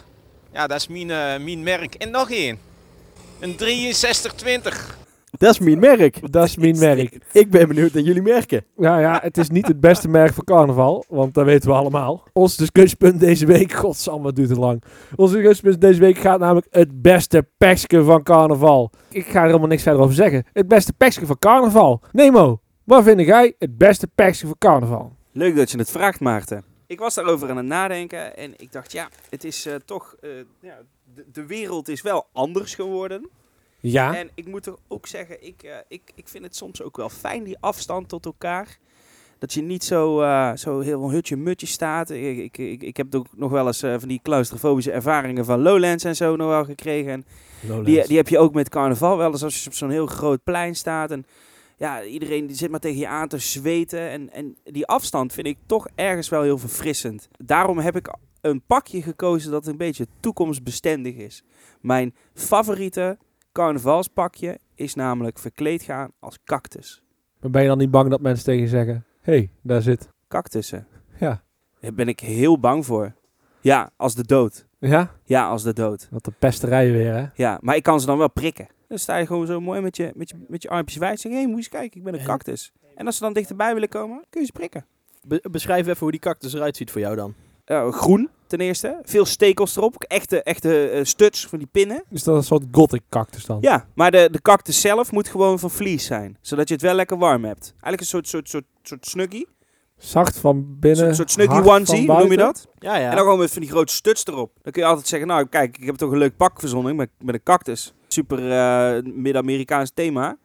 Speaker 10: ja, dat is mijn, eh, mijn merk. En nog één. Een 6320.
Speaker 3: Dat is mijn merk.
Speaker 2: Dat is mijn merk.
Speaker 3: Ik ben benieuwd naar jullie merken.
Speaker 2: Nou ja, het is niet het beste merk voor carnaval, want dat weten we allemaal. Ons discussiepunt deze week, godsamme, wat duurt het lang. Ons discussiepunt deze week gaat namelijk het beste pekske van carnaval. Ik ga er helemaal niks verder over zeggen. Het beste pekske van carnaval. Nemo, wat vind jij het beste pekske van carnaval?
Speaker 4: Leuk dat je het vraagt, Maarten. Ik was daarover aan het nadenken en ik dacht, ja, het is eh, toch... eh, ja, de, de wereld is wel anders geworden.
Speaker 2: Ja,
Speaker 4: En ik moet toch ook zeggen, ik, eh, ik, ik vind het soms ook wel fijn, die afstand tot elkaar. Dat je niet zo, eh, zo heel hutje-mutje staat. Ik, ik, ik, ik heb ook nog wel eens eh, van die claustrofobische ervaringen van Lowlands en zo nog wel gekregen. En die, die heb je ook met carnaval wel eens als je op zo'n heel groot plein staat. En ja, iedereen die zit maar tegen je aan te zweten. En, en die afstand vind ik toch ergens wel heel verfrissend. Daarom heb ik een pakje gekozen dat een beetje toekomstbestendig is. Mijn favoriete carnavalspakje is namelijk verkleed gaan als cactus.
Speaker 2: maar ben je dan niet bang dat mensen tegen je zeggen, hé, hey, daar zit...
Speaker 4: Cactussen.
Speaker 2: Ja.
Speaker 4: Daar ben ik heel bang voor. Ja, als de dood.
Speaker 2: Ja?
Speaker 4: Ja, als de dood.
Speaker 2: Wat een pesterij weer, hè?
Speaker 4: Ja, maar ik kan ze dan wel prikken. Dan sta je gewoon zo mooi met je, met je, met je armpjes wijd. Zeg, hé, hey, moet je eens kijken, ik ben een cactus. En als ze dan dichterbij willen komen, kun je ze prikken.
Speaker 3: Be- beschrijf even hoe die cactus eruit ziet voor jou dan.
Speaker 4: Eh, groen, ten eerste. Veel stekels erop. Echte, echte eh, stuts van die pinnen.
Speaker 2: Is dat een soort gothic cactus dan?
Speaker 4: Ja, maar de, de cactus zelf moet gewoon van vlies zijn. Zodat je het wel lekker warm hebt. Eigenlijk een soort, soort, soort, soort snuggie.
Speaker 2: Zacht van binnen.
Speaker 4: Een soort snuggie
Speaker 2: hard van
Speaker 4: onesie, hoe noem je
Speaker 2: buiten.
Speaker 4: dat?
Speaker 3: Ja, ja.
Speaker 4: En dan gewoon met van die grote stuts erop. Dan kun je altijd zeggen, nou kijk, ik heb toch een leuk pak verzonnen met, met een cactus. Super eh, Midden-Amerikaans thema.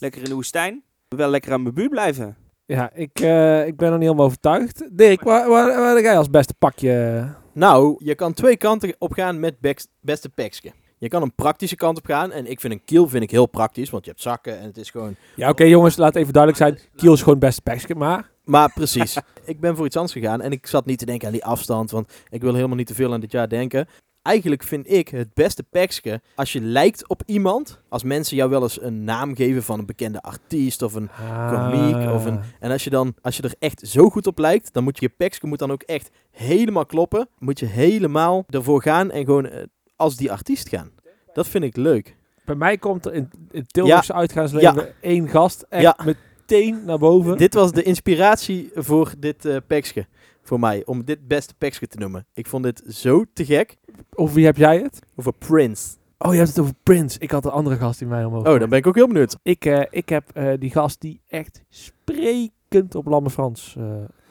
Speaker 4: Lekker in de woestijn. Wel lekker aan mijn buurt blijven.
Speaker 2: Ja, ik, eh, ik ben er niet helemaal overtuigd. Dirk, waar, waar, waar heb jij als beste pakje?
Speaker 3: Nou, je kan twee kanten op gaan met beks- beste pekske. Je kan een praktische kant op gaan. En ik vind een kiel vind ik heel praktisch, want je hebt zakken en het is gewoon...
Speaker 2: Ja, oké jongens, laat even duidelijk zijn. Kiel is gewoon best pakje, maar...
Speaker 3: Maar precies, ik ben voor iets anders gegaan. En ik zat niet te denken aan die afstand, want ik wil helemaal niet te veel aan dit jaar denken. Eigenlijk vind ik het beste pekske als je lijkt op iemand. Als mensen jou wel eens een naam geven van een bekende artiest of een Komiek of
Speaker 2: Ah.
Speaker 3: een- En als je dan, als je er echt zo goed op lijkt, dan moet je je pekske moet dan ook echt helemaal kloppen. Moet je helemaal ervoor gaan en gewoon eh, als die artiest gaan. Dat vind ik leuk.
Speaker 2: Bij mij komt er in, in het Tilburgse uitgaansleven één gast echt
Speaker 3: Ja.
Speaker 2: meteen naar boven.
Speaker 3: Dit was de inspiratie voor dit eh pekske. Voor mij, om dit beste pekske te noemen. Ik vond dit zo te gek.
Speaker 2: Of wie heb jij het?
Speaker 3: Over Prince.
Speaker 2: Oh, je hebt het over Prince. Ik had een andere gast die mij omhoog
Speaker 3: Oh, dan ben ik ook heel benieuwd.
Speaker 2: Ik, eh, ik heb eh, die gast die echt sprekend op Lamme Frans eh,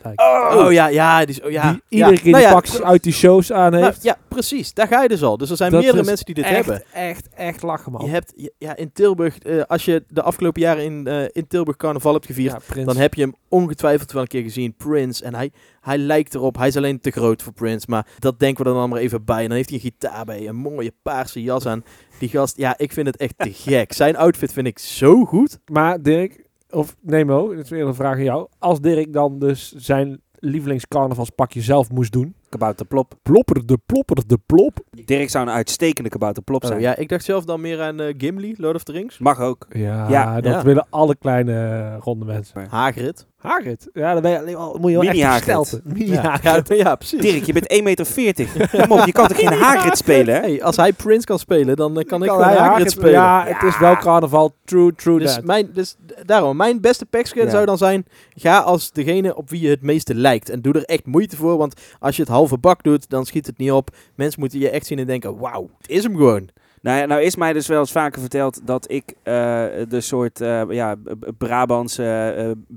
Speaker 2: lijkt.
Speaker 3: Oh, ja, ja. Die, is- oh, ja
Speaker 2: die
Speaker 3: ja.
Speaker 2: iedere keer
Speaker 3: Nou
Speaker 2: die
Speaker 3: ja,
Speaker 2: pakjes
Speaker 3: pr-
Speaker 2: uit die shows aan
Speaker 3: nou,
Speaker 2: heeft.
Speaker 3: ja, precies. Daar ga je dus al. Dus er zijn
Speaker 2: Dat
Speaker 3: meerdere
Speaker 2: is
Speaker 3: mensen die dit
Speaker 2: echt,
Speaker 3: hebben.
Speaker 2: echt, echt lachen, man.
Speaker 3: Je hebt, je- ja, in Tilburg, eh, als je de afgelopen jaren in, eh, in Tilburg carnaval hebt gevierd,
Speaker 2: Ja, Prins.
Speaker 3: Dan heb je hem ongetwijfeld wel een keer gezien, Prince. En hij, hij lijkt erop, hij is alleen te groot voor Prince. Maar dat denken we dan allemaal even bij. En dan heeft hij een gitaar bij, een mooie paarse jas aan. Die gast, ja, ik vind het echt te gek. Zijn outfit vind ik zo goed.
Speaker 2: Maar Dirk, of Nemo, dat is weer een vraag aan jou. Als Dirk dan dus zijn lievelingscarnavalspakje zelf moest doen.
Speaker 4: Kabouterplop.
Speaker 2: Plopper de plopper de plop.
Speaker 4: Dirk zou een uitstekende kabouterplop zijn.
Speaker 3: Oh, ja, ik dacht zelf dan meer aan eh, Gimli, Lord of the Rings.
Speaker 4: Mag ook.
Speaker 2: Ja,
Speaker 4: Ja,
Speaker 2: dat
Speaker 3: ja.
Speaker 2: willen alle kleine eh, ronde mensen.
Speaker 3: Hagrid.
Speaker 2: Hagrid. Ja, dan ben je, alleen al- moet je wel echt
Speaker 4: Mini-Hagrid.
Speaker 2: gesteld. Mini
Speaker 3: Ja,
Speaker 2: Hagrid.
Speaker 3: ja, ja, precies.
Speaker 4: Dirk, je bent 1,40 meter. Kom op, je kan toch geen Hagrid spelen, hè?
Speaker 3: Hey, als hij Prince kan spelen, dan eh, kan ik
Speaker 2: Kan
Speaker 3: gewoon
Speaker 2: hij
Speaker 3: Hagrid,
Speaker 2: Hagrid
Speaker 3: spelen.
Speaker 2: Ja, het is wel carnaval. True, true
Speaker 3: Dus,
Speaker 2: that.
Speaker 3: mijn, dus d- daarom, mijn beste peksken
Speaker 4: Ja.
Speaker 3: zou dan zijn, ga als degene op wie je het meeste lijkt. En doe er echt moeite voor, want als je het halve bak doet, dan schiet het niet op. Mensen moeten je echt zien en denken, wauw, het is hem gewoon.
Speaker 4: Nou, ja, nou is mij dus wel eens vaker verteld dat ik eh, de soort eh, ja, B- B- Brabantse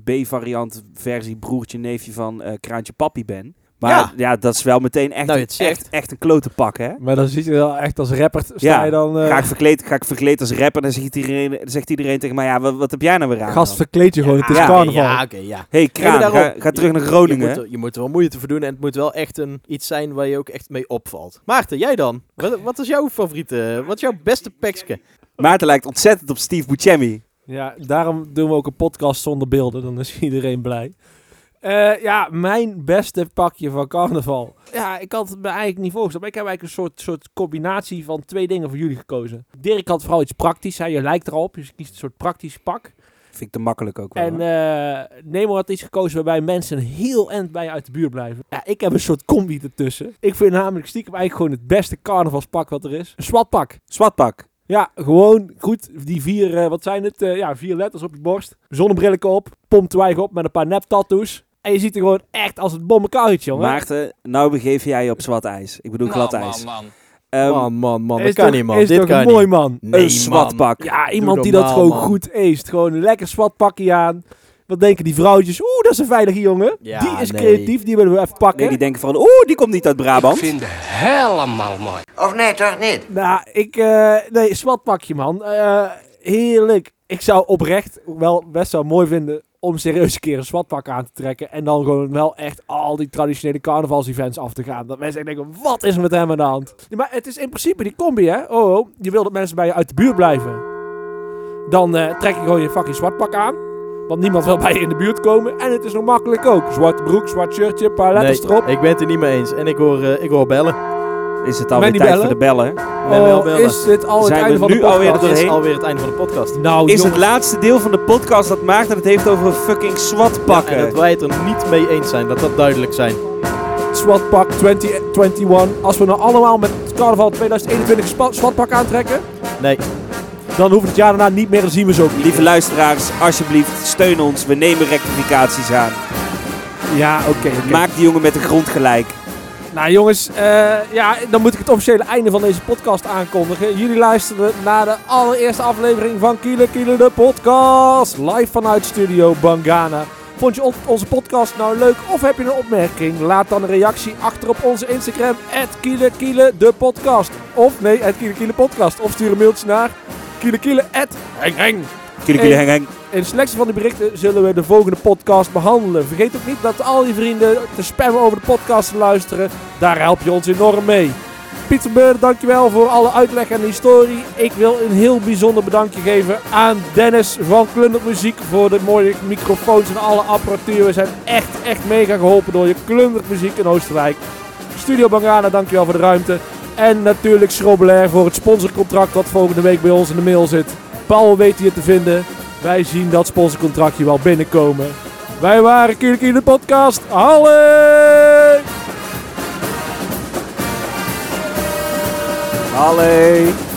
Speaker 4: eh, B-variant versie broertje neefje van eh, Kraantje Pappie ben. Maar ja.
Speaker 3: Ja.
Speaker 4: dat is wel meteen echt,
Speaker 3: Nou, je het zegt.
Speaker 4: echt, echt een klote pak, hè?
Speaker 2: Maar dan zit je wel echt als rapper. Sta
Speaker 4: Ja,
Speaker 2: je dan... eh,
Speaker 4: Ga ik verkleed, ga ik verkleed als rapper, dan zegt iedereen, dan zegt iedereen tegen mij, ja, wat, wat heb jij nou weer aan?
Speaker 2: Gast, verkleed je gewoon. het is
Speaker 4: Ja,
Speaker 2: carnaval.
Speaker 3: Ja, oké, ja.
Speaker 4: Hé, hey, Kraan,
Speaker 3: daarom.
Speaker 4: ga, ga terug naar
Speaker 3: Je
Speaker 4: Groningen.
Speaker 3: moet, eh, er, je moet er wel moeite voor doen en het moet wel echt een, iets zijn waar je ook echt mee opvalt. Maarten, jij dan? Wat, wat is jouw favoriete, wat is jouw beste peksken?
Speaker 4: Maarten lijkt ontzettend op Steve Buscemi.
Speaker 2: Ja, daarom doen we ook een podcast zonder beelden. Dan is iedereen blij. Eh, ja, mijn beste pakje van carnaval. Ja, ik had het me eigenlijk niet voorgesteld. Maar ik heb eigenlijk een soort, soort combinatie van twee dingen voor jullie gekozen. Dirk had vooral iets praktisch. Hè. Je lijkt erop, dus je kiest een soort praktisch pak.
Speaker 4: Vind ik te makkelijk ook wel.
Speaker 2: En
Speaker 4: hoor.
Speaker 2: eh, Nemo had iets gekozen waarbij mensen een heel eind bij je uit de buurt blijven. Ja, ik heb een soort combi ertussen. Ik vind namelijk stiekem eigenlijk gewoon het beste carnavalspak wat er is. Een swatpak.
Speaker 4: Zwart pak.
Speaker 2: Ja, gewoon goed. Die vier, eh, wat zijn het? Eh, ja, vier letters op je borst. Zonnebrillen op. Pomptwijg op met een paar nep tattoos. En je ziet er gewoon echt als het bommekaal uit, jongen.
Speaker 4: Maarten, nou begeef jij je op zwart ijs. Ik bedoel glad
Speaker 10: Man,
Speaker 4: ijs.
Speaker 10: man, man.
Speaker 4: Ehm,
Speaker 3: man, man, man, dat
Speaker 2: is
Speaker 3: kan
Speaker 2: toch-
Speaker 3: niet, man.
Speaker 2: Is
Speaker 3: Dit
Speaker 2: toch
Speaker 3: kan
Speaker 2: een
Speaker 3: niet.
Speaker 2: mooi man.
Speaker 3: Nee,
Speaker 4: een zwart
Speaker 3: man.
Speaker 4: pak.
Speaker 2: Ja, iemand die dat
Speaker 3: normaal,
Speaker 2: gewoon
Speaker 3: man.
Speaker 2: goed eest. Gewoon een lekker zwart pakje aan. Wat denken die vrouwtjes? Oeh, dat is een veilige jongen.
Speaker 3: Ja,
Speaker 2: die is
Speaker 3: nee.
Speaker 2: creatief, die willen we even pakken.
Speaker 4: Nee, die denken van, oeh, die komt niet uit Brabant.
Speaker 6: Vind helemaal mooi. Of nee, toch niet?
Speaker 2: Nou, ik... eh nee, zwart pakje, man. Eh, heerlijk. Ik zou oprecht wel best wel mooi vinden om serieus een keer een zwartpak aan te trekken. En dan gewoon wel echt al die traditionele carnavalsevents af te gaan. Dat mensen echt denken, wat is er met hem aan de hand? Ja, maar het is in principe die combi, hè. Oh, oh, je wil dat mensen bij je uit de buurt blijven. Dan eh, trek je gewoon je fucking zwartpak aan. Want niemand wil bij je in de buurt komen. En het is nog makkelijk ook. Zwarte broek, zwart shirtje, een paar letters
Speaker 3: Nee,
Speaker 2: erop.
Speaker 3: ik ben het er niet mee eens. En ik hoor, eh, ik hoor bellen.
Speaker 4: Is het alweer
Speaker 2: Met die
Speaker 4: tijd voor de bellen?
Speaker 3: ben wel
Speaker 2: Oh,
Speaker 3: bellen.
Speaker 2: is dit al het
Speaker 4: Zijn we
Speaker 2: einde van de
Speaker 4: nu alweer
Speaker 2: podcast?
Speaker 3: Dat is
Speaker 4: Doorheen.
Speaker 3: alweer het einde van de podcast.
Speaker 2: Nou,
Speaker 4: Is
Speaker 2: jongens.
Speaker 4: het laatste deel van de podcast dat Maarten het heeft over fucking zwart pakken?
Speaker 3: En dat wij het er niet mee eens zijn, dat dat duidelijk zijn.
Speaker 2: SWATpak 2021. Als we nou allemaal met carnaval 2021 spa- SWATpak aantrekken,
Speaker 3: Nee.
Speaker 2: Dan hoeft het jaar daarna niet meer, dan zien we ze ook niet.
Speaker 4: Lieve luisteraars, alsjeblieft, steun ons. We nemen rectificaties aan.
Speaker 2: Ja, oké. oké.
Speaker 4: Maak die jongen met de grond gelijk.
Speaker 2: Nou jongens, eh, ja, dan moet ik het officiële einde van deze podcast aankondigen. Jullie luisterden naar de allereerste aflevering van Kiele Kiele de podcast. Live vanuit studio Bangana. Vond je on- onze podcast nou leuk of heb je een opmerking? Laat dan een reactie achter op onze Instagram. @kielekiele_de_podcast de podcast. Of nee, @kielekiele_podcast podcast. Of stuur een mailtje naar kielekiele at heng heng.
Speaker 4: Kiele, kiele, heng, heng.
Speaker 2: In de selectie van de berichten zullen we de volgende podcast behandelen. Vergeet ook niet dat al je vrienden te spammen over de podcast te luisteren. Daar help je ons enorm mee. Pieter Beur, dankjewel voor alle uitleg en historie. Ik wil een heel bijzonder bedankje geven aan Dennis van Klundert Muziek voor de mooie microfoons en alle apparatuur. We zijn echt, echt mega geholpen door je Klundert Muziek in Oostenrijk. Studio Bangana, dankjewel voor de ruimte. En natuurlijk Schrobelair voor het sponsorcontract dat volgende week bij ons in de mail zit. Paul weet hier te vinden. Wij zien dat sponsorcontractje wel binnenkomen. Wij waren Kiele Kiele de podcast. Halle!
Speaker 4: Allee.